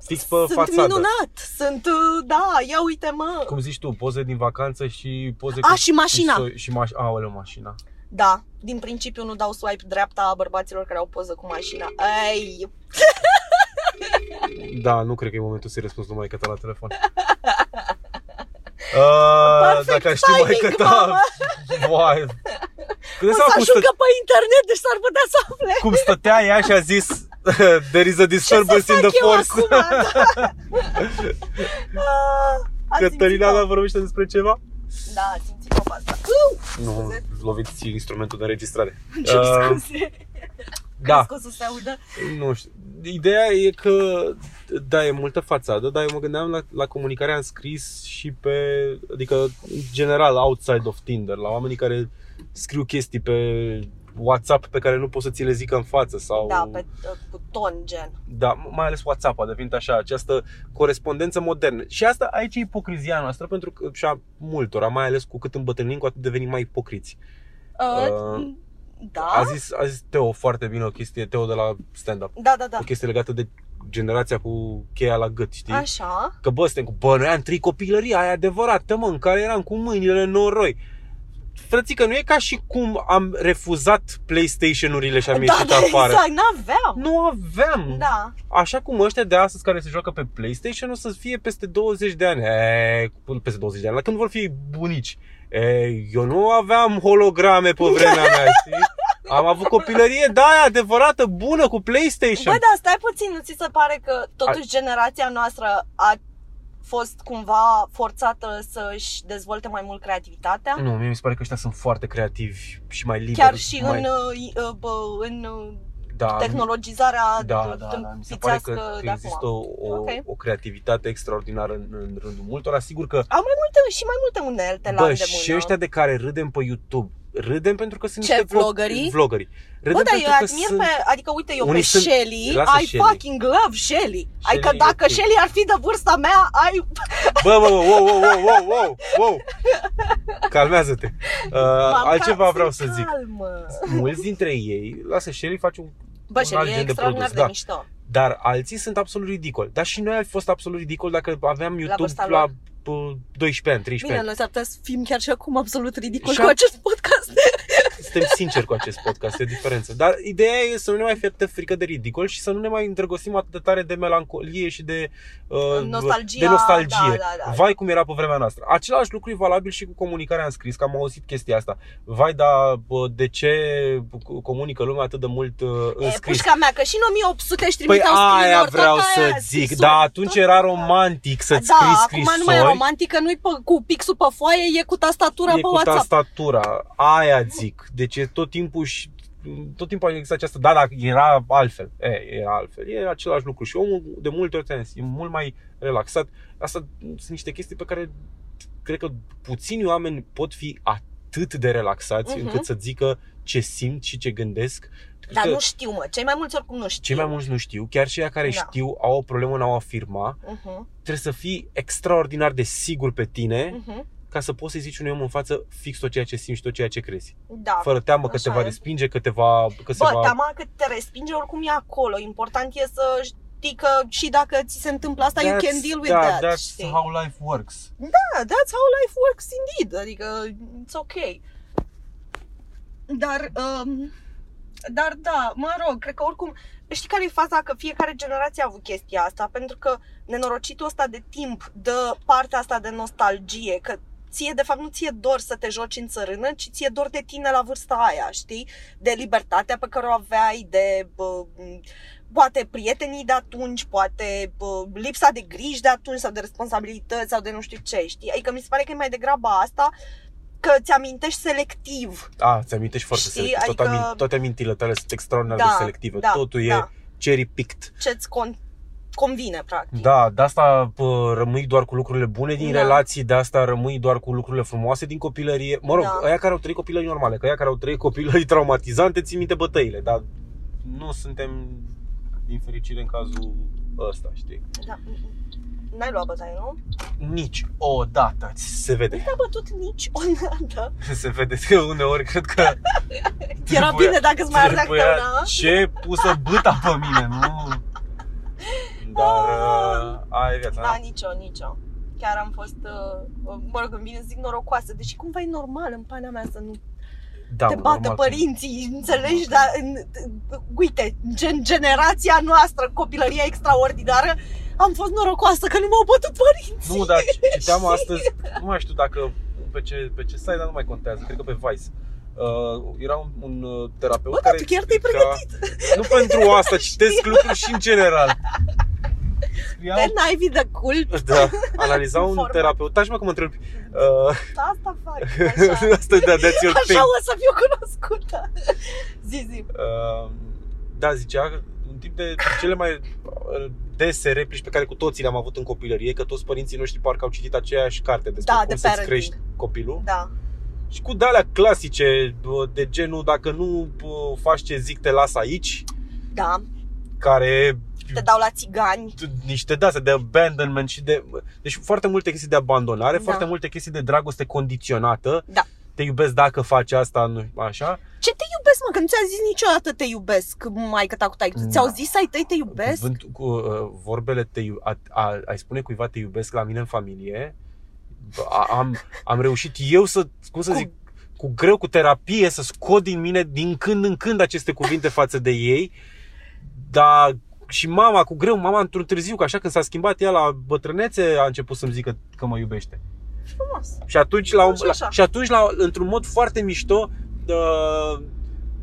Speaker 1: fix pe
Speaker 2: sunt
Speaker 1: fațadă.
Speaker 2: minunat, sunt, uh, da, ia uite mă.
Speaker 1: Cum zici tu, poze din vacanță și poze
Speaker 2: A,
Speaker 1: cu...
Speaker 2: și mașina.
Speaker 1: Și, so- și maș- aoleu, mașina.
Speaker 2: Da, din principiu nu dau swipe dreapta a bărbaților care au poză cu mașina. Ai,
Speaker 1: Da, nu cred că e momentul să-i răspunzi numai că ta la telefon. Uh,
Speaker 2: Perfect
Speaker 1: dacă știu mai că
Speaker 2: timing,
Speaker 1: ta...
Speaker 2: mamă!
Speaker 1: Vai. Cât de
Speaker 2: o
Speaker 1: seama
Speaker 2: să
Speaker 1: cum stă
Speaker 2: ajungă pe internet, deci s-ar putea să afle
Speaker 1: cum stătea ea și a zis There is a
Speaker 2: ce să
Speaker 1: disturbance in
Speaker 2: fac
Speaker 1: the
Speaker 2: eu
Speaker 1: force.
Speaker 2: acum. Da. Ah, A,
Speaker 1: Cătălina
Speaker 2: simțit-o.
Speaker 1: da, vorbește despre ceva?
Speaker 2: Da, a simțit-o pe asta. Uh,
Speaker 1: Nu, loviți instrumentul de înregistrare.
Speaker 2: ce
Speaker 1: Uh,
Speaker 2: scuze.
Speaker 1: Da.
Speaker 2: Crezi că o să se audă?
Speaker 1: Nu știu. Ideea e că, da, e multă fațadă, dar eu mă gândeam la, la comunicarea în scris și pe, adică, în general, outside of Tinder, la oamenii care scriu chestii pe WhatsApp pe care nu pot să ți le zică în față sau...
Speaker 2: Da, pe, cu ton gen.
Speaker 1: da, mai ales WhatsApp a devenit așa, această corespondență modernă. Și asta aici e ipocrizia noastră pentru că și a multora, mai ales cu cât îmbătrânim, cu atât devenim mai ipocriți.
Speaker 2: Uh, da?
Speaker 1: A zis, a zis Teo foarte bine o chestie, Teo de la stand-up.
Speaker 2: da, da, da.
Speaker 1: o chestie legată de generația cu cheia la gât, știi? Așa.
Speaker 2: Așa.
Speaker 1: Că bă, suntem cu bă, noi am trei copilării, aia e adevărat, mă, în care eram cu mâinile în noroi. Frățică, nu e ca și cum am refuzat PlayStation-urile și am
Speaker 2: da,
Speaker 1: ieșit
Speaker 2: da,
Speaker 1: afară. Mm.
Speaker 2: exact, n-aveam.
Speaker 1: Nu aveam.
Speaker 2: Da.
Speaker 1: Așa cum ăștia de astăzi care se joacă pe PlayStation o să fie peste 20 de ani. E, până peste 20 de ani, la când vor fi bunici. E, eu nu aveam holograme pe vremea mea, știi? Am avut copilărie, da, aia adevărată, bună, cu PlayStation.
Speaker 2: Bă, dar stai puțin, nu ți se pare că totuși generația noastră a fost cumva forțată să-și dezvolte mai mult creativitatea?
Speaker 1: Nu, mie mi se pare că ăștia sunt foarte creativi și mai liberi.
Speaker 2: Chiar și
Speaker 1: da, mai...
Speaker 2: în, uh, i- uh, bă, în uh,
Speaker 1: da,
Speaker 2: tehnologizarea
Speaker 1: da, da, da, mi se pare că, că
Speaker 2: de acum.
Speaker 1: există o,
Speaker 2: Ok.
Speaker 1: o creativitate extraordinară în, în rândul multora. Sigur că
Speaker 2: Au mai multe și mai multe unelte la
Speaker 1: bă,
Speaker 2: îndemână.
Speaker 1: și ăștia de care râdem pe YouTube, râdem pentru că sunt
Speaker 2: Ce,
Speaker 1: niște vlog-
Speaker 2: vlogării?
Speaker 1: vlogării. Râdem
Speaker 2: Bă, dar eu
Speaker 1: pentru că
Speaker 2: admir
Speaker 1: sunt...
Speaker 2: pe, adică uite, eu pe
Speaker 1: Unii sunt-
Speaker 2: Shelly,
Speaker 1: Lasă
Speaker 2: I
Speaker 1: Shelly.
Speaker 2: fucking love Shelly. Adică
Speaker 1: Shelly e
Speaker 2: dacă
Speaker 1: ok.
Speaker 2: Shelly ar fi de vârsta mea, ai
Speaker 1: Bă, bă, bă, wow, wow, wow, wow, wow, wow. Calmează-te. Uh,
Speaker 2: Mamă,
Speaker 1: altceva
Speaker 2: ca-
Speaker 1: vreau să
Speaker 2: sunt
Speaker 1: zic.
Speaker 2: calmă.
Speaker 1: Mulți dintre ei, lasă, Shelly face un
Speaker 2: Bă,
Speaker 1: Un alt
Speaker 2: Shelly e
Speaker 1: gen de
Speaker 2: extraordinar
Speaker 1: produs,
Speaker 2: de
Speaker 1: da.
Speaker 2: mișto.
Speaker 1: Dar alții sunt absolut ridicoli. Dar și noi am fost absolut ridicoli dacă aveam YouTube
Speaker 2: vârsta
Speaker 1: la,
Speaker 2: lor.
Speaker 1: uh, 12 ani, 13
Speaker 2: Bine,
Speaker 1: ani.
Speaker 2: noi s-ar putea să fim chiar și acum absolut ridicol
Speaker 1: Și
Speaker 2: cu
Speaker 1: a-
Speaker 2: acest podcast.
Speaker 1: Suntem sinceri cu acest podcast, e o diferență. Dar ideea e să nu ne mai fie atât frică de ridicol și să nu ne mai îndrăgostim atât de tare de melancolie și de, uh,
Speaker 2: Nostalgia,
Speaker 1: de nostalgie.
Speaker 2: da, da, da.
Speaker 1: Vai cum era pe vremea noastră. Același lucru e valabil și cu comunicarea în scris, că am auzit chestia asta. Vai, dar bă, de ce comunică lumea atât de mult uh, în
Speaker 2: E,
Speaker 1: scris?
Speaker 2: pușca mea, că și în 1800 își
Speaker 1: Păi
Speaker 2: trimiteau
Speaker 1: aia
Speaker 2: screen-uri,
Speaker 1: vreau
Speaker 2: tot
Speaker 1: să
Speaker 2: aia,
Speaker 1: zic,
Speaker 2: scrisuri,
Speaker 1: da, atunci
Speaker 2: tot-
Speaker 1: era romantic să-ți
Speaker 2: da,
Speaker 1: scrii
Speaker 2: acum nu mai e
Speaker 1: scrisori.
Speaker 2: romantică, nu-i pe, cu pixul pe foaie, e cu tastatura
Speaker 1: e
Speaker 2: pe
Speaker 1: cu
Speaker 2: WhatsApp.
Speaker 1: tastatura, aia zic. Deci e tot timpul și tot timpul a existat această, da, dar era altfel, e, e altfel, e același lucru și omul de multe ori ți-am zis, e mult mai relaxat, asta sunt niște chestii pe care cred că puțini oameni pot fi atât de relaxați
Speaker 2: Mhm.
Speaker 1: încât să zică ce simt și ce gândesc. Cred
Speaker 2: Dar
Speaker 1: că
Speaker 2: nu știu, mă, cei mai mulți oricum nu știu.
Speaker 1: cei mai mulți nu știu, chiar și ea care
Speaker 2: Da.
Speaker 1: știu au o problemă în a o afirma,
Speaker 2: Uh-huh,
Speaker 1: trebuie să fii extraordinar de sigur pe tine
Speaker 2: uh-huh.
Speaker 1: ca să poți să-i zici unui om în față fix tot ceea ce simți și tot ceea ce crezi.
Speaker 2: Da.
Speaker 1: Fără teamă că
Speaker 2: Așa
Speaker 1: te va
Speaker 2: e.
Speaker 1: respinge, că te va... Că se
Speaker 2: Bă,
Speaker 1: va...
Speaker 2: teama că te respinge oricum e acolo. Important e să știi că și dacă ți se întâmplă asta, you can deal with
Speaker 1: da,
Speaker 2: that.
Speaker 1: That's
Speaker 2: știi?
Speaker 1: how life works.
Speaker 2: Da, that's how life works indeed. Adică, it's ok. Dar, um, dar da, mă rog, cred că oricum, știi care e faza? Că fiecare generație a avut chestia asta, pentru că nenorocitul ăsta de timp dă partea asta de nostalgie, că ție, de fapt, nu ție dor să te joci în țărână, ci ție dor de tine la vârsta aia, știi? De libertatea pe care o aveai, de bă, m, poate prietenii de atunci, poate bă, lipsa de griji de atunci sau de responsabilități sau de nu știu ce, știi? Adică mi se pare că e mai degrabă asta că ți-amintești selectiv.
Speaker 1: A, ți amintești foarte
Speaker 2: Știi,
Speaker 1: selectiv. Tot
Speaker 2: adică-
Speaker 1: amin- toate amintile tale sunt extraordinar
Speaker 2: Da,
Speaker 1: de selective.
Speaker 2: da,
Speaker 1: Totul
Speaker 2: da.
Speaker 1: e cherry picked.
Speaker 2: Ce-ți con- convine, practic.
Speaker 1: Da, de asta pă, rămâi doar cu lucrurile bune din
Speaker 2: Da.
Speaker 1: relații, de asta rămâi doar cu lucrurile frumoase din copilărie. Mă rog,
Speaker 2: Da.
Speaker 1: aia care au trăit copilării normale, că aia care au trăit copilării traumatizante, ții minte bătăile, dar nu suntem din fericire în cazul ăsta, știi?
Speaker 2: da. N-ai luat bătaie, nu?
Speaker 1: Nici o dată se
Speaker 2: Nu
Speaker 1: vede.
Speaker 2: te-a bătut nici o dată.
Speaker 1: Se vede că uneori cred că
Speaker 2: Era
Speaker 1: Trebuia-
Speaker 2: bine dacă îți mai da? ardea
Speaker 1: trebuia
Speaker 2: căuna.
Speaker 1: ce pusă bâta pe mine, nu? Dar uh, aia e viața.
Speaker 2: Da, nicio, nicio. Chiar am fost, uh, mă rog, îmi vine să zic norocoasă, deși cumva e normal în pana mea să nu
Speaker 1: da,
Speaker 2: te
Speaker 1: mă,
Speaker 2: bată
Speaker 1: normal că-
Speaker 2: părinții, înțelegi? Dar, în, uite, gen, generația noastră, copilăria extraordinară, am fost norocoasă că nu m-au bătut părinții.
Speaker 1: Nu, dar citeam astăzi, nu mai știu dacă pe ce, pe ce site, dar nu mai contează, cred că pe Vice. Uh, era un, un uh, terapeut
Speaker 2: Bă, dar
Speaker 1: care
Speaker 2: tu chiar te-ai
Speaker 1: explica- Nu pentru asta, citesc lucruri și în general. Scriau,
Speaker 2: Pe naivii de cult,
Speaker 1: da, analiza un
Speaker 2: Informat.
Speaker 1: terapeut. Taci mă Uh, că mă întreb. Uh,
Speaker 2: asta fac. Așa.
Speaker 1: Păi- asta e de that's your thing.
Speaker 2: Așa o să fiu cunoscută. Zi, zi.
Speaker 1: Uh, da, zicea, un tip de cele mai uh, dese replici pe care cu toții le-am avut în copilărie, că toți părinții noștri parcă au citit aceeași carte despre
Speaker 2: Da,
Speaker 1: cum
Speaker 2: de
Speaker 1: să-ți
Speaker 2: parenting.
Speaker 1: crești copilul.
Speaker 2: Da.
Speaker 1: Și cu de-alea clasice, bă, de genul, dacă nu bă, faci ce zic, te las aici,
Speaker 2: Da.
Speaker 1: care
Speaker 2: Te dau la țigani.
Speaker 1: niște de astea, de abandonment și de... Deci foarte multe chestii de abandonare,
Speaker 2: Da.
Speaker 1: da. foarte multe chestii de dragoste condiționată.
Speaker 2: Da.
Speaker 1: Te iubesc dacă faci asta, nu așa.
Speaker 2: Ce te iubesc, mă? Că nu ți-a zis niciodată te iubesc, mai că ta cu tai.
Speaker 1: Da.
Speaker 2: Ți-au zis ai tăi te iubesc?
Speaker 1: Cuvânt, cu uh, vorbele te iu- a, a, ai spune cuiva te iubesc la mine în familie. A, am, am reușit eu să, cum să
Speaker 2: Cu-
Speaker 1: zic, cu greu, cu terapie, să scot din mine din când în când aceste cuvinte față de ei. Dar și mama, cu greu, mama într-un târziu, că așa când s-a schimbat ea la bătrânețe, a început să-mi zică că mă iubește.
Speaker 2: Frumos.
Speaker 1: Și atunci, la,
Speaker 2: Așa,
Speaker 1: la,
Speaker 2: așa.
Speaker 1: și atunci la, într-un mod foarte mișto, uh,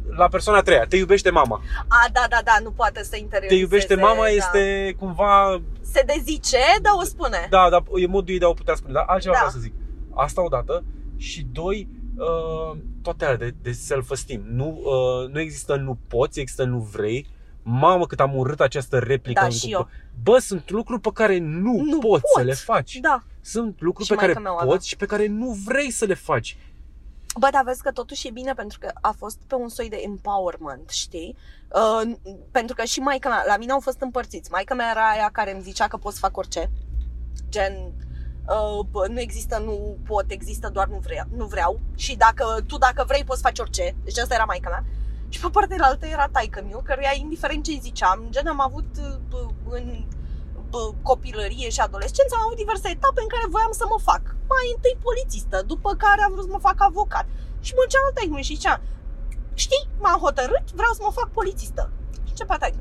Speaker 1: la persoana a treia, te iubește mama.
Speaker 2: A, da, da, da, nu poate să interiorizeze.
Speaker 1: Te iubește mama
Speaker 2: da.
Speaker 1: este cumva,
Speaker 2: Se dezice, dar o spune.
Speaker 1: da, da, e modul ei de a o putea spune, dar altceva
Speaker 2: Da.
Speaker 1: da. vreau să zic. Asta odată și doi, uh, toate alea de, de self-esteem. Nu, uh, nu există nu poți, există nu vrei. Mamă, cât am urât această replică.
Speaker 2: Da,
Speaker 1: în
Speaker 2: și
Speaker 1: cuplu. Bă, sunt lucruri pe care nu,
Speaker 2: Nu
Speaker 1: nu poți pot. să
Speaker 2: pot.
Speaker 1: le faci. Da.
Speaker 2: Da.
Speaker 1: Sunt lucruri
Speaker 2: Și
Speaker 1: pe care
Speaker 2: maică-mea o avea.
Speaker 1: poți și pe care nu vrei să le faci.
Speaker 2: Bă, dar vezi că totuși e bine pentru că a fost pe un soi de empowerment, știi? Uh, pentru că și maica mea, la mine au fost împărțiți. Maica mea era aia care îmi zicea că pot să fac orice. Gen, uh, bă, nu există, nu pot, există, doar nu vreau. Nu vreau. Și dacă tu dacă vrei poți să faci orice. Deci asta era maica mea. Și pe partea de altă era taică miu, căruia indiferent ce îi ziceam, gen am avut uh, bă, în bă, copilărie și adolescență, am avut diverse etape în care voiam să mă fac. Mai întâi polițistă, după care am vrut să mă fac avocat. Și mă cealaltă ai și zicea, știi, m-am hotărât, vreau să mă fac polițistă. Și ce patai?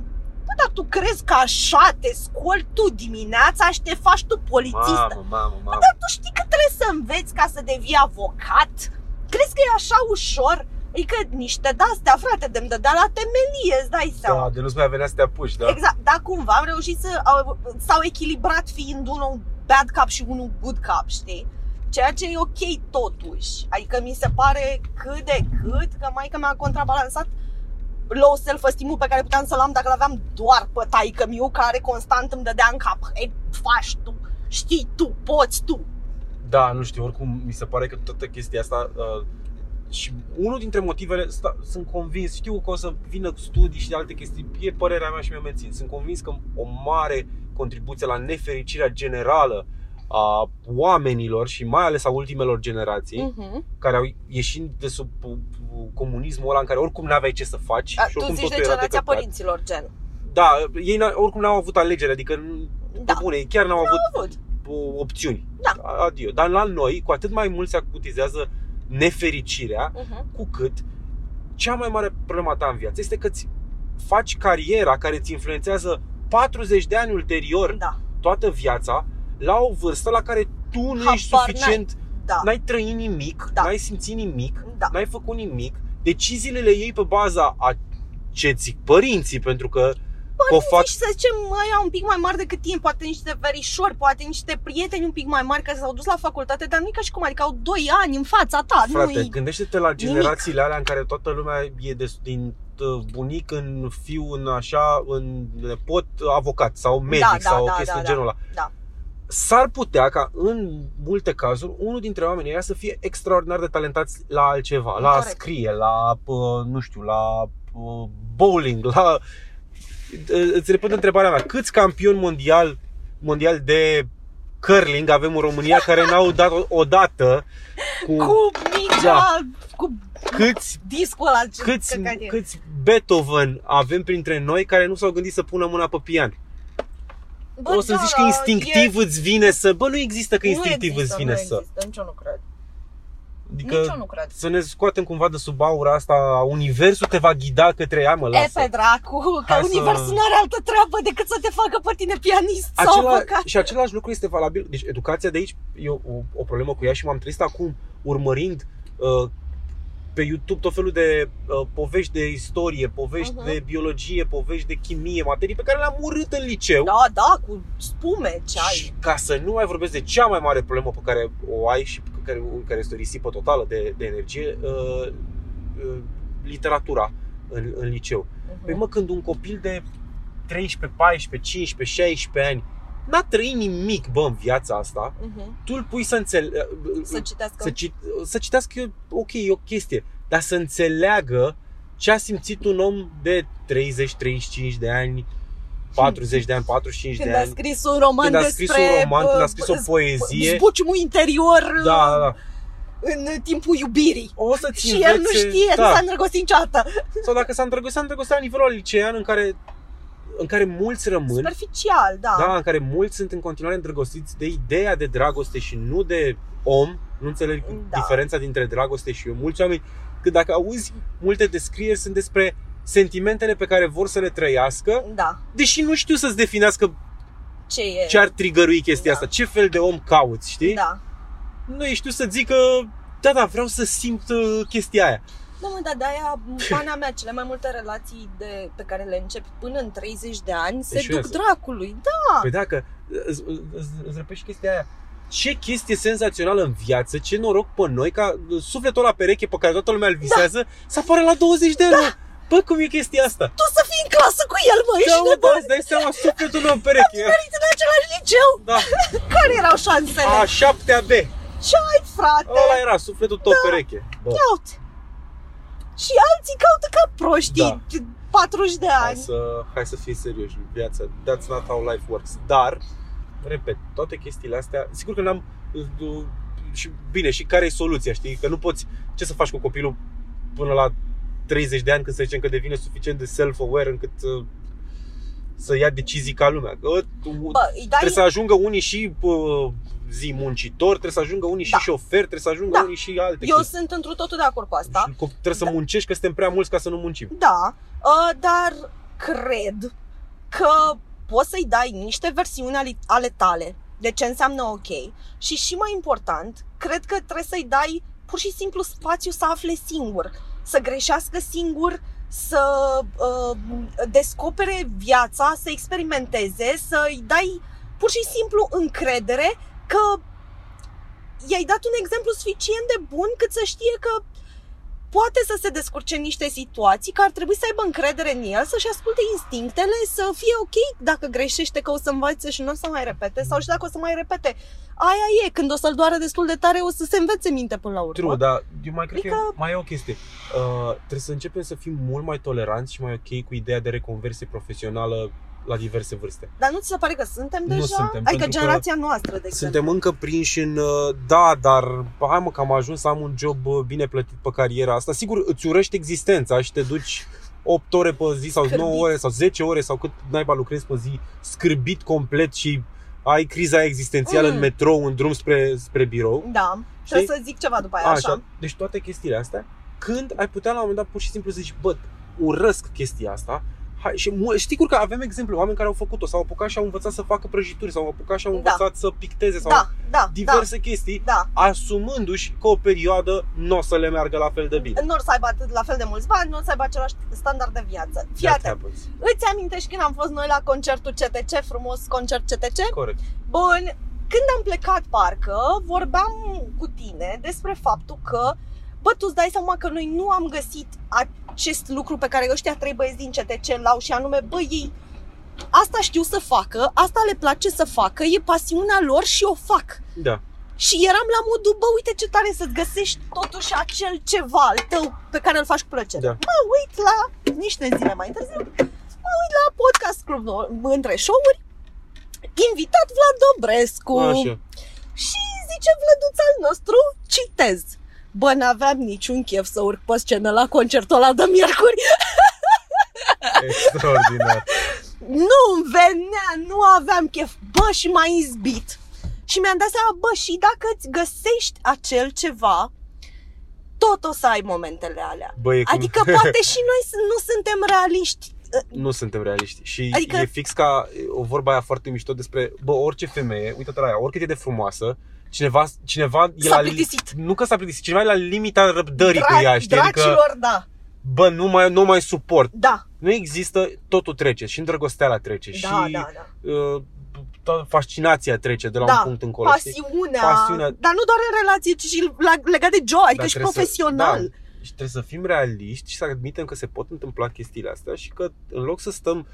Speaker 2: Bă, dar tu crezi că așa te scoli tu dimineața și te faci tu polițistă?
Speaker 1: Mamă, mamă, mamă.
Speaker 2: Dar tu știi că trebuie să înveți ca să devii avocat? Crezi că e așa ușor? Adică niște de-astea, frate, de-mi dădea la temelie, îți dai seama.
Speaker 1: Da, de nu-ți mai venea să te apuci, da.
Speaker 2: Exact, dar cumva am reușit să au- s-au echilibrat fiind unul bad cap și unul good cap, știi? Ceea ce e ok totuși. Adică mi se pare cât de cât că maica mea a contrabalansat low self esteem pe care puteam să-l am dacă l-aveam doar pe taică miu care constant îmi dădea în cap. Ei, faci tu, știi tu, poți tu.
Speaker 1: Da, nu știu, oricum mi se pare că toată chestia asta uh, și unul dintre motivele, sta, sunt convins, știu că o să vină studii și de alte chestii, e părerea mea și mi-o mențin. Sunt convins că o mare contribuție la nefericirea generală a oamenilor și mai ales a ultimelor generații, mm.
Speaker 2: Uh-huh.
Speaker 1: care au ieșit de sub uh, uh, comunismul ăla în care oricum n-aveai ce să faci și
Speaker 2: Tu
Speaker 1: oricum
Speaker 2: zici de
Speaker 1: totul era de
Speaker 2: generația
Speaker 1: căcat.
Speaker 2: părinților, gen.
Speaker 1: Da, ei n- oricum n-au avut alegere, adică
Speaker 2: Da.
Speaker 1: da. bune, ei chiar n-au avut
Speaker 2: Avut.
Speaker 1: o- opțiuni.
Speaker 2: Da.
Speaker 1: Adio. Dar la noi, cu atât mai mult se acutizează nefericirea,
Speaker 2: Uh-huh.
Speaker 1: cu cât cea mai mare problema ta în viață este că îți faci cariera care îți influențează 40 de ani ulterior
Speaker 2: Da,
Speaker 1: toată viața la o vârstă la care tu nu
Speaker 2: Habar
Speaker 1: ești
Speaker 2: n-ai.
Speaker 1: suficient,
Speaker 2: da,
Speaker 1: n-ai trăit nimic,
Speaker 2: Da.
Speaker 1: n-ai simțit nimic,
Speaker 2: da.
Speaker 1: n-ai făcut nimic. Deciziile ei pe baza a ce zic părinții, pentru că că o fac
Speaker 2: și să zicem, ăia un pic mai mari decât tine, poate niște verișori, poate niște prieteni un pic mai mari care s-au dus la facultate, dar nu e ca și cum, adică au 2 ani în fața ta,
Speaker 1: Frate,
Speaker 2: nu
Speaker 1: gândește-te la generațiile alea în care toată lumea e de, din uh, bunic în fiu, în așa, în nepot, avocat sau medic
Speaker 2: Da, da,
Speaker 1: sau
Speaker 2: da,
Speaker 1: o chestie
Speaker 2: da,
Speaker 1: de
Speaker 2: da.
Speaker 1: genul ăla.
Speaker 2: Da.
Speaker 1: S-ar putea ca în multe cazuri unul dintre oamenii ăia să fie extraordinar de talentați la altceva, la
Speaker 2: Corect.
Speaker 1: scrie, la, uh, nu știu, la uh, bowling, la... Uh, Îți repet întrebarea mea, câți campioni mondial, mondial de curling avem în România care n-au dat o- odată cu,
Speaker 2: Cu mingea,
Speaker 1: Da.
Speaker 2: cu
Speaker 1: câți
Speaker 2: discul ăla, ce
Speaker 1: câți,
Speaker 2: căcat e.
Speaker 1: câți Beethoven avem printre noi care nu s-au gândit să pună mâna pe pian.
Speaker 2: Bă,
Speaker 1: o să
Speaker 2: da,
Speaker 1: zici că
Speaker 2: da,
Speaker 1: instinctiv îți vine să... Bă, nu există că
Speaker 2: e-
Speaker 1: instinctiv
Speaker 2: nu există,
Speaker 1: îți vine
Speaker 2: nu
Speaker 1: să.
Speaker 2: Există, nici eu nu cred. Nici eu
Speaker 1: Adică
Speaker 2: nu cred.
Speaker 1: să ne scoatem cumva de sub aura asta, universul te va ghida către ea, mă,
Speaker 2: E
Speaker 1: lasă.
Speaker 2: pe dracu, că
Speaker 1: Hai să-
Speaker 2: universul nu are altă treabă decât să te facă pe tine pianist sau
Speaker 1: Acela,
Speaker 2: avocat.
Speaker 1: și același lucru este valabil. Deci educația de aici e o, o problemă cu ea și m-am trist acum urmărind uh, pe YouTube tot felul de uh, povești de istorie, povești
Speaker 2: Mhm.
Speaker 1: uh-huh. de biologie, povești de chimie, materii pe care le-am urât în liceu.
Speaker 2: Da, da, cu spume ce
Speaker 1: Și
Speaker 2: ai.
Speaker 1: ca să nu mai vorbesc de cea mai mare problemă pe care o ai și pe care, care este o risipă totală de, de energie, uh, uh, literatura. în, în liceu. Păi
Speaker 2: Mhm.
Speaker 1: mă, când un copil de 13, 14, 15, 16 ani n-a trăit nimic, bă, în viața asta,
Speaker 2: Mhm.
Speaker 1: tu îl pui să înțeleagă...
Speaker 2: Să citească.
Speaker 1: uh, să, cit, să citească, ok, e o chestie, dar să înțeleagă ce a simțit un om de 30-35 de ani, 40 de ani, 45
Speaker 2: Când
Speaker 1: de
Speaker 2: a
Speaker 1: ani,
Speaker 2: scris un roman
Speaker 1: când a
Speaker 2: despre...
Speaker 1: scris un roman, când a scris o
Speaker 2: uh,
Speaker 1: poezie.
Speaker 2: Zbuciumul interior
Speaker 1: Da, da, da.
Speaker 2: în timpul iubirii.
Speaker 1: O să-ți
Speaker 2: Și el nu
Speaker 1: învețe-
Speaker 2: știe,
Speaker 1: da.
Speaker 2: nu s-a îndrăgostit niciodată.
Speaker 1: Sau dacă s-a îndrăgostit, s-a îndrăgostit la nivelul licean în care, în care mulți rămân,
Speaker 2: Superficial, da.
Speaker 1: da, în care mulți sunt în continuare îndrăgostiți de ideea de dragoste și nu de om. Nu înțeleg
Speaker 2: Da.
Speaker 1: da. diferența dintre dragoste și om. Mulți oameni, că dacă auzi multe descrieri, sunt despre sentimentele pe care vor să le trăiască,
Speaker 2: Da.
Speaker 1: deși nu știu să-ți definească
Speaker 2: Ce e?
Speaker 1: ce ar trigărui chestia
Speaker 2: Da.
Speaker 1: asta, ce fel de om cauți, știi?
Speaker 2: Da.
Speaker 1: Nu știu să zică, da, da, vreau să simt uh, chestia aia.
Speaker 2: Da, mă, dar de-aia, pana mea, cele mai multe relații de, pe care le încep până în 30 de ani se
Speaker 1: Deci
Speaker 2: duc
Speaker 1: eu-
Speaker 2: dracului. Da,
Speaker 1: Păi dacă îți, îți, îți răpești chestia aia, ce chestie senzațională în viață, ce noroc pe noi, ca uh, sufletul la pereche pe care toată lumea îl visează, da. să apară la 20 de ani. Da. Păi Bă, cum e chestia asta?
Speaker 2: tu să fii în clasă cu el, mă, ești
Speaker 1: Da, mă, da,
Speaker 2: nebun!
Speaker 1: îți dai seama, sufletul meu în pereche.
Speaker 2: Părinții în același liceu,
Speaker 1: Da,
Speaker 2: care erau șansele?
Speaker 1: a 7 B.
Speaker 2: Ce ai, frate?
Speaker 1: Ăla era sufletul tău da. pereche. Bă,
Speaker 2: Caut! Și alții caută ca proștii, da. 40 de
Speaker 1: hai
Speaker 2: ani.
Speaker 1: să, hai să fim serioși în viață. That's not how life works. Dar, repet, toate chestiile astea, sigur că n-am și bine, și care e soluția, știi? Că nu poți, ce să faci cu copilul până la 30 de ani când să zicem că devine suficient de self-aware încât uh, să ia decizii ca lumea. Că, uh, tu-
Speaker 2: Bă, îi dai...
Speaker 1: trebuie să ajungă unii și uh, zi muncitor, trebuie să ajungă unii
Speaker 2: Da.
Speaker 1: și șofer, trebuie să ajungă
Speaker 2: Da.
Speaker 1: unii și alte
Speaker 2: Eu Da.
Speaker 1: chestii.
Speaker 2: sunt întru totul de acord cu asta.
Speaker 1: Și co- Trebuie să muncești, că suntem prea mulți ca să nu muncim.
Speaker 2: Da, uh, dar cred că poți să-i dai niște versiuni ale, ale tale de ce înseamnă ok. Și și mai important, cred că trebuie să-i dai pur și simplu spațiu să afle singur, să greșească singur, să uh, descopere viața, să experimenteze, să-i dai pur și simplu încredere că i-ai dat un exemplu suficient de bun cât să știe că poate să se descurce în niște situații, că ar trebui să aibă încredere în el, să-și asculte instinctele, să fie ok dacă greșește că o să învațe și nu o să mai repete sau și dacă o să mai repete. Aia e, când o să-l doară destul de tare, o să se învețe minte până la urmă.
Speaker 1: True, dar eu mai cred că
Speaker 2: Adică-
Speaker 1: mai e o chestie. Uh, trebuie să începem să fim mult mai toleranți și mai ok cu ideea de reconversie profesională la diverse vârste.
Speaker 2: Dar nu ți se pare că suntem
Speaker 1: Nu
Speaker 2: deja?
Speaker 1: suntem,
Speaker 2: adică
Speaker 1: pentru că
Speaker 2: generația noastră, de exemplu.
Speaker 1: Exact. Suntem încă prinși în, uh, da, dar hai mă că am ajuns să am un job uh, bine plătit pe cariera asta. Sigur, îți urăști existența și te duci 8 ore pe zi sau
Speaker 2: Scârbit.
Speaker 1: 9 ore sau 10 ore sau cât naiba lucrezi pe zi, scârbit complet și ai criza aia existențială
Speaker 2: Mm.
Speaker 1: în metrou, în drum spre, spre birou.
Speaker 2: Da, trebuie să zic ceva după aia,
Speaker 1: A,
Speaker 2: Păi așa.
Speaker 1: așa. Deci toate chestiile astea, când ai putea la un moment dat pur și simplu să zici, bă, urăsc chestia asta, Hai, și mul- știi sigur că avem exemple, oameni care au făcut-o, s-au apucat și au învățat să facă prăjituri, s-au apucat și au
Speaker 2: Da.
Speaker 1: învățat să picteze sau
Speaker 2: Da, da,
Speaker 1: diverse chestii,
Speaker 2: da,
Speaker 1: asumându-și că o perioadă nu o să le meargă la fel de
Speaker 2: da.
Speaker 1: bine.
Speaker 2: Nu o să aibă atât la fel de mulți bani, nu o să aibă același standard de viață. Fii
Speaker 1: That
Speaker 2: atent.
Speaker 1: happens.
Speaker 2: Îți amintești când am fost noi la concertul CTC, frumos concert CTC?
Speaker 1: Corect.
Speaker 2: Bun, când am plecat parcă, vorbeam cu tine despre faptul că, bă, tu îți dai seama că noi nu am găsit acest lucru pe care ăștia trei băieți din CTC l-au și anume, bă, ei asta știu să facă, asta le place să facă, e pasiunea lor și o fac.
Speaker 1: Da.
Speaker 2: Și eram la modul, bă, uite ce tare să-ți găsești totuși acel ceva al tău pe care îl faci cu plăcere.
Speaker 1: Da.
Speaker 2: Mă uit la, niște zile mai târziu, mă uit la podcast club între show-uri, invitat Vlad Dobrescu.
Speaker 1: Așa.
Speaker 2: Și zice Vlăduț al nostru, citez. Bă, n-aveam niciun chef să urc pe scenă la concertul ăla de miercuri.
Speaker 1: Extraordinar.
Speaker 2: Nu-mi venea, nu aveam chef. Bă, și m-a izbit. Și mi-am dat seama, bă, și dacă îți găsești acel ceva, tot o să ai momentele alea.
Speaker 1: Bă, e cum...
Speaker 2: Adică poate și noi s- nu suntem realiști.
Speaker 1: Nu suntem realiști. Și adică...
Speaker 2: Adică-
Speaker 1: e fix ca o vorba aia foarte mișto despre, bă, orice femeie, uite-te la ea, oricât e de frumoasă, cineva, cineva e
Speaker 2: S-a
Speaker 1: la... li-
Speaker 2: plictisit.
Speaker 1: Nu că s-a plictisit, cineva e la limita răbdării cu ea,
Speaker 2: Dra-
Speaker 1: știi? Adică,
Speaker 2: dragilor, da,
Speaker 1: bă, nu mai, nu mai suport.
Speaker 2: da,
Speaker 1: Nu există, totul trece. Și îndrăgosteala trece.
Speaker 2: da,
Speaker 1: și
Speaker 2: da, da.
Speaker 1: Uh, toată fascinația trece de la
Speaker 2: Da,
Speaker 1: un punct încolo, știi?
Speaker 2: Pasiunea,
Speaker 1: Pasiunea.
Speaker 2: dar nu doar în relație, ci și la, legat de job, adică
Speaker 1: Dar
Speaker 2: și
Speaker 1: trebuie să-
Speaker 2: profesional.
Speaker 1: da, Și trebuie să fim realiști și să admitem că se pot întâmpla chestiile astea și că în loc să stăm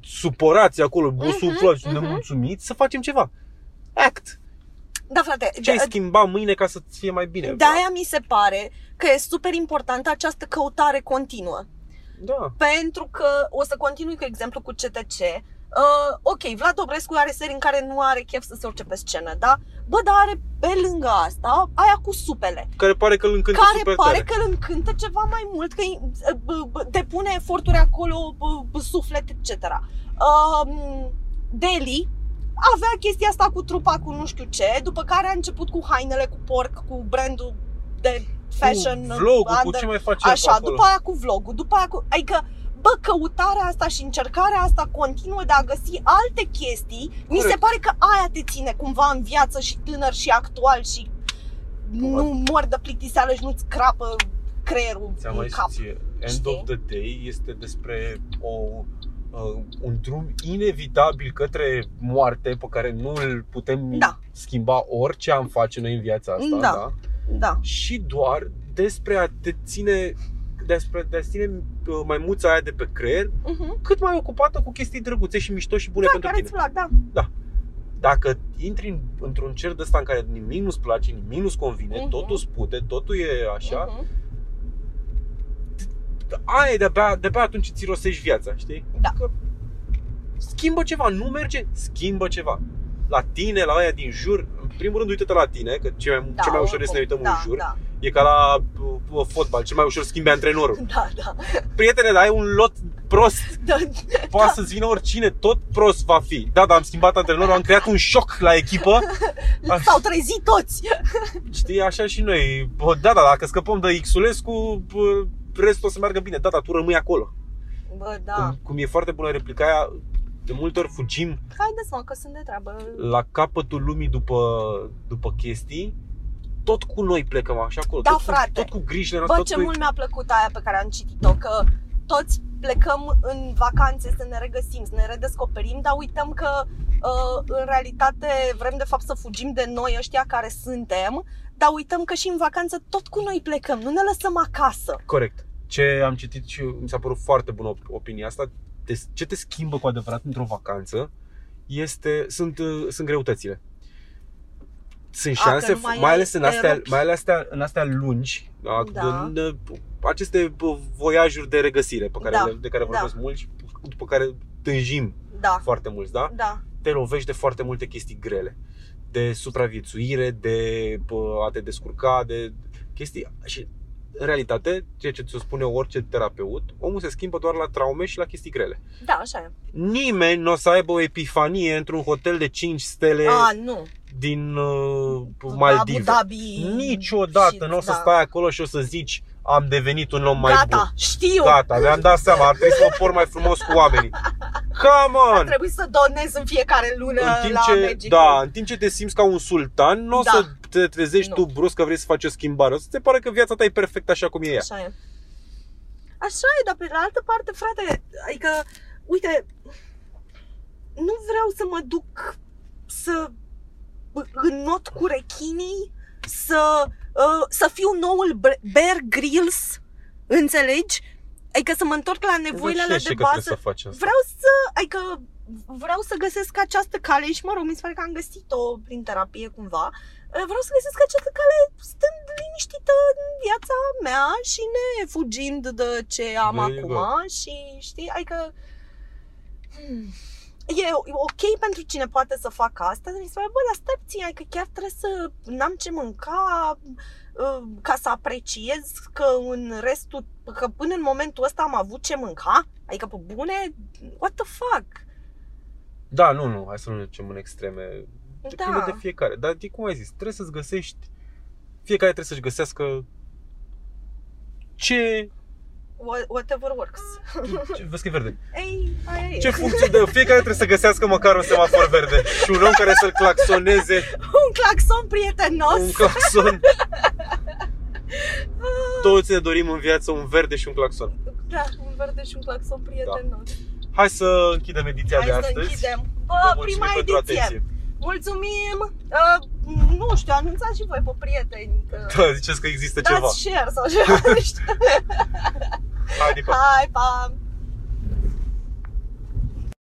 Speaker 1: suporați acolo, busuflați și
Speaker 2: mhm.
Speaker 1: nemulțumiți, să facem ceva. Act!
Speaker 2: Da, frate.
Speaker 1: Ce ai
Speaker 2: da-
Speaker 1: schimba mâine ca să ți fie mai bine?
Speaker 2: De-aia mi se pare că e super importantă această căutare continuă.
Speaker 1: Da.
Speaker 2: Pentru că, o să continui cu exemplu cu CTC, uh, ok, Vlad Dobrescu are serii în care nu are chef să se urce pe scenă, da? Bă, dar are pe lângă asta aia cu supele,
Speaker 1: Care pare că îl încântă
Speaker 2: care
Speaker 1: super
Speaker 2: pare
Speaker 1: tare.
Speaker 2: că îl încântă ceva mai mult, că îi- uh, bă, bă, depune eforturi acolo, bă, bă, suflet, etc. Um, Deli avea chestia asta cu trupa, cu nu știu ce, după care a început cu hainele, cu porc, cu brandul de fashion,
Speaker 1: cu vlog cu
Speaker 2: under-
Speaker 1: ce mai face
Speaker 2: Așa,
Speaker 1: acolo.
Speaker 2: după aia cu vlogul, după aia cu... Adică, bă, căutarea asta și încercarea asta continuă de a găsi alte chestii, mi se
Speaker 1: Corect.
Speaker 2: pare că aia te ține cumva în viață și tânăr și actual și nu mor de plictiseală și nu-ți crapă creierul
Speaker 1: Ți-am
Speaker 2: în
Speaker 1: mai
Speaker 2: cap.
Speaker 1: zis ție, End
Speaker 2: știi?
Speaker 1: of the day este despre o, uh, un drum inevitabil către moarte pe care nu îl putem
Speaker 2: Da.
Speaker 1: schimba orice am face noi în viața asta.
Speaker 2: Da.
Speaker 1: Da. da?
Speaker 2: Da.
Speaker 1: Și doar despre a te ține despre de a ține uh, maimuța aia de pe creier
Speaker 2: Uh-huh.
Speaker 1: cât mai ocupată cu chestii drăguțe și mișto și bune
Speaker 2: Da,
Speaker 1: pentru
Speaker 2: care
Speaker 1: tine.
Speaker 2: îți plac, da.
Speaker 1: Dacă intri în- într-un cer de ăsta în care nimic nu-ți place, nimic nu-ți convine,
Speaker 2: Mhm.
Speaker 1: uh-huh. totul spute, totul e așa,
Speaker 2: Uh-huh.
Speaker 1: aia e de-abia, de-abia atunci ți rosești viața, știi?
Speaker 2: Da.
Speaker 1: Că schimbă ceva, nu merge, schimbă ceva. La tine, la aia din jur, în primul rând uită-te la tine, că cel mai,
Speaker 2: da
Speaker 1: cel mai ușor e să
Speaker 2: oricum.
Speaker 1: ne uităm
Speaker 2: da,
Speaker 1: în jur.
Speaker 2: Da,
Speaker 1: E ca la uh, uh, fotbal, cel mai ușor schimbi antrenorul.
Speaker 2: da, da.
Speaker 1: Prietene, dar ai un lot prost,
Speaker 2: da.
Speaker 1: poate să-ți vină oricine, tot prost va fi. Da, dar am schimbat antrenorul, am creat un șoc la echipă, Așa. Da.
Speaker 2: S-au trezit toți.
Speaker 1: știi, așa și noi. Bă, Da, da, dacă scăpăm de Xulescu, bă, restul o să meargă bine. Da, dar tu rămâi acolo.
Speaker 2: Bă,
Speaker 1: Cum,
Speaker 2: da.
Speaker 1: cum e foarte bună replica aia, de multe ori fugim
Speaker 2: Haideți, mă, că sunt de treabă.
Speaker 1: la capătul lumii după, după chestii, tot cu noi plecăm așa acolo.
Speaker 2: Da,
Speaker 1: tot,
Speaker 2: frate.
Speaker 1: Cu, tot cu grijile noastre.
Speaker 2: Bă,
Speaker 1: tot
Speaker 2: ce
Speaker 1: cu...
Speaker 2: mult mi-a plăcut aia pe care am citit-o, că toți plecăm în vacanțe să ne regăsim, să ne redescoperim, dar uităm că uh, în realitate vrem de fapt să fugim de noi ăștia care suntem, dar uităm că și în vacanță tot cu noi plecăm, nu ne lăsăm acasă.
Speaker 1: Corect. Ce am citit și mi s-a părut foarte bună op- opinia asta, te, ce te schimbă cu adevărat într-o vacanță, este, sunt, uh, sunt greutățile. Sunt
Speaker 2: A, că
Speaker 1: șanse,
Speaker 2: nu mai
Speaker 1: mai, mai
Speaker 2: ai
Speaker 1: ales în astea,
Speaker 2: eropi.
Speaker 1: mai ales astea, în astea lungi, da.
Speaker 2: Da.
Speaker 1: în uh, aceste uh, voiajuri de regăsire pe care,
Speaker 2: Da,
Speaker 1: le- de care
Speaker 2: da.
Speaker 1: vorbesc mult și după care tânjim
Speaker 2: Da,
Speaker 1: foarte mulți, da?
Speaker 2: da,
Speaker 1: te lovești de foarte multe chestii grele. De supraviețuire, de bă, a te descurca, de chestii. Și în realitate, ceea ce ți-o spune orice terapeut, omul se schimbă doar la traume și la chestii grele.
Speaker 2: da, așa e.
Speaker 1: Nimeni nu o să aibă o epifanie într-un hotel de 5 stele
Speaker 2: A, nu.
Speaker 1: din uh,
Speaker 2: Abu
Speaker 1: Maldive.
Speaker 2: Dhabi.
Speaker 1: Niciodată
Speaker 2: și-
Speaker 1: nu o să
Speaker 2: da.
Speaker 1: stai acolo și o să zici am devenit un om mai
Speaker 2: Gata,
Speaker 1: bun.
Speaker 2: știu.
Speaker 1: Gata, mi-am dat seama, ar trebui să mă por mai frumos cu oamenii. Come on!
Speaker 2: Trebuie să donez în fiecare lună
Speaker 1: în timp
Speaker 2: la
Speaker 1: ce,
Speaker 2: Magic
Speaker 1: Da, în timp ce te simți ca un sultan, nu o
Speaker 2: Da.
Speaker 1: să te trezești
Speaker 2: Nu.
Speaker 1: tu brusc că vrei să faci o schimbare. O să te pare că viața ta e perfectă așa cum e ea.
Speaker 2: Așa e. Așa e, dar pe de altă parte, frate, adică, uite, nu vreau să mă duc să înnot cu rechinii, să, uh, să fiu noul Bre- Bear Grylls, înțelegi? Adică să mă întorc la nevoile alea de
Speaker 1: că trebuie să
Speaker 2: bază.
Speaker 1: faci asta.
Speaker 2: Vreau să, adică, vreau să găsesc această cale și, mă rog, mi se pare că am găsit-o prin terapie cumva. Uh, Vreau să găsesc această cale stând liniștită în viața mea și ne fugind de ce am
Speaker 1: There you
Speaker 2: acum și, știi, adică... hmm, E ok pentru cine poate să facă asta, dar mi se pare, bă, dar stai puțin, adică chiar trebuie să n-am ce mânca, uh, ca să apreciez că în restul, că până în momentul ăsta am avut ce mânca? Adică, pe bune, what the fuck?
Speaker 1: Da, nu, nu, hai să nu ne ducem în extreme. Depinde
Speaker 2: Da.
Speaker 1: de fiecare. Dar de cum ai zis, trebuie să-ți găsești, fiecare trebuie să-și găsească ce...
Speaker 2: Wha- Whatever works.
Speaker 1: ce vezi că e verde.
Speaker 2: Ei, aia e.
Speaker 1: Ce funcție de... Fiecare trebuie să găsească măcar un semafor verde și un om care să-l claxoneze
Speaker 2: Un claxon prietenos.
Speaker 1: un claxon. Toți ne dorim în viață un verde și un claxon.
Speaker 2: Da, un verde și un claxon prietenos.
Speaker 1: Hai să închidem ediția
Speaker 2: Hai
Speaker 1: de
Speaker 2: să
Speaker 1: astăzi.
Speaker 2: închidem.
Speaker 1: Vă
Speaker 2: Bă,
Speaker 1: mulțumim
Speaker 2: prima
Speaker 1: pentru
Speaker 2: ediție.
Speaker 1: atenție.
Speaker 2: Mulțumim! Uh, nu știu, anunțați și voi pe prieteni că
Speaker 1: Da, ziceți că există ceva.
Speaker 2: dați share sau ceva. nu știu.
Speaker 1: Hai, pa.
Speaker 2: Hai, pa!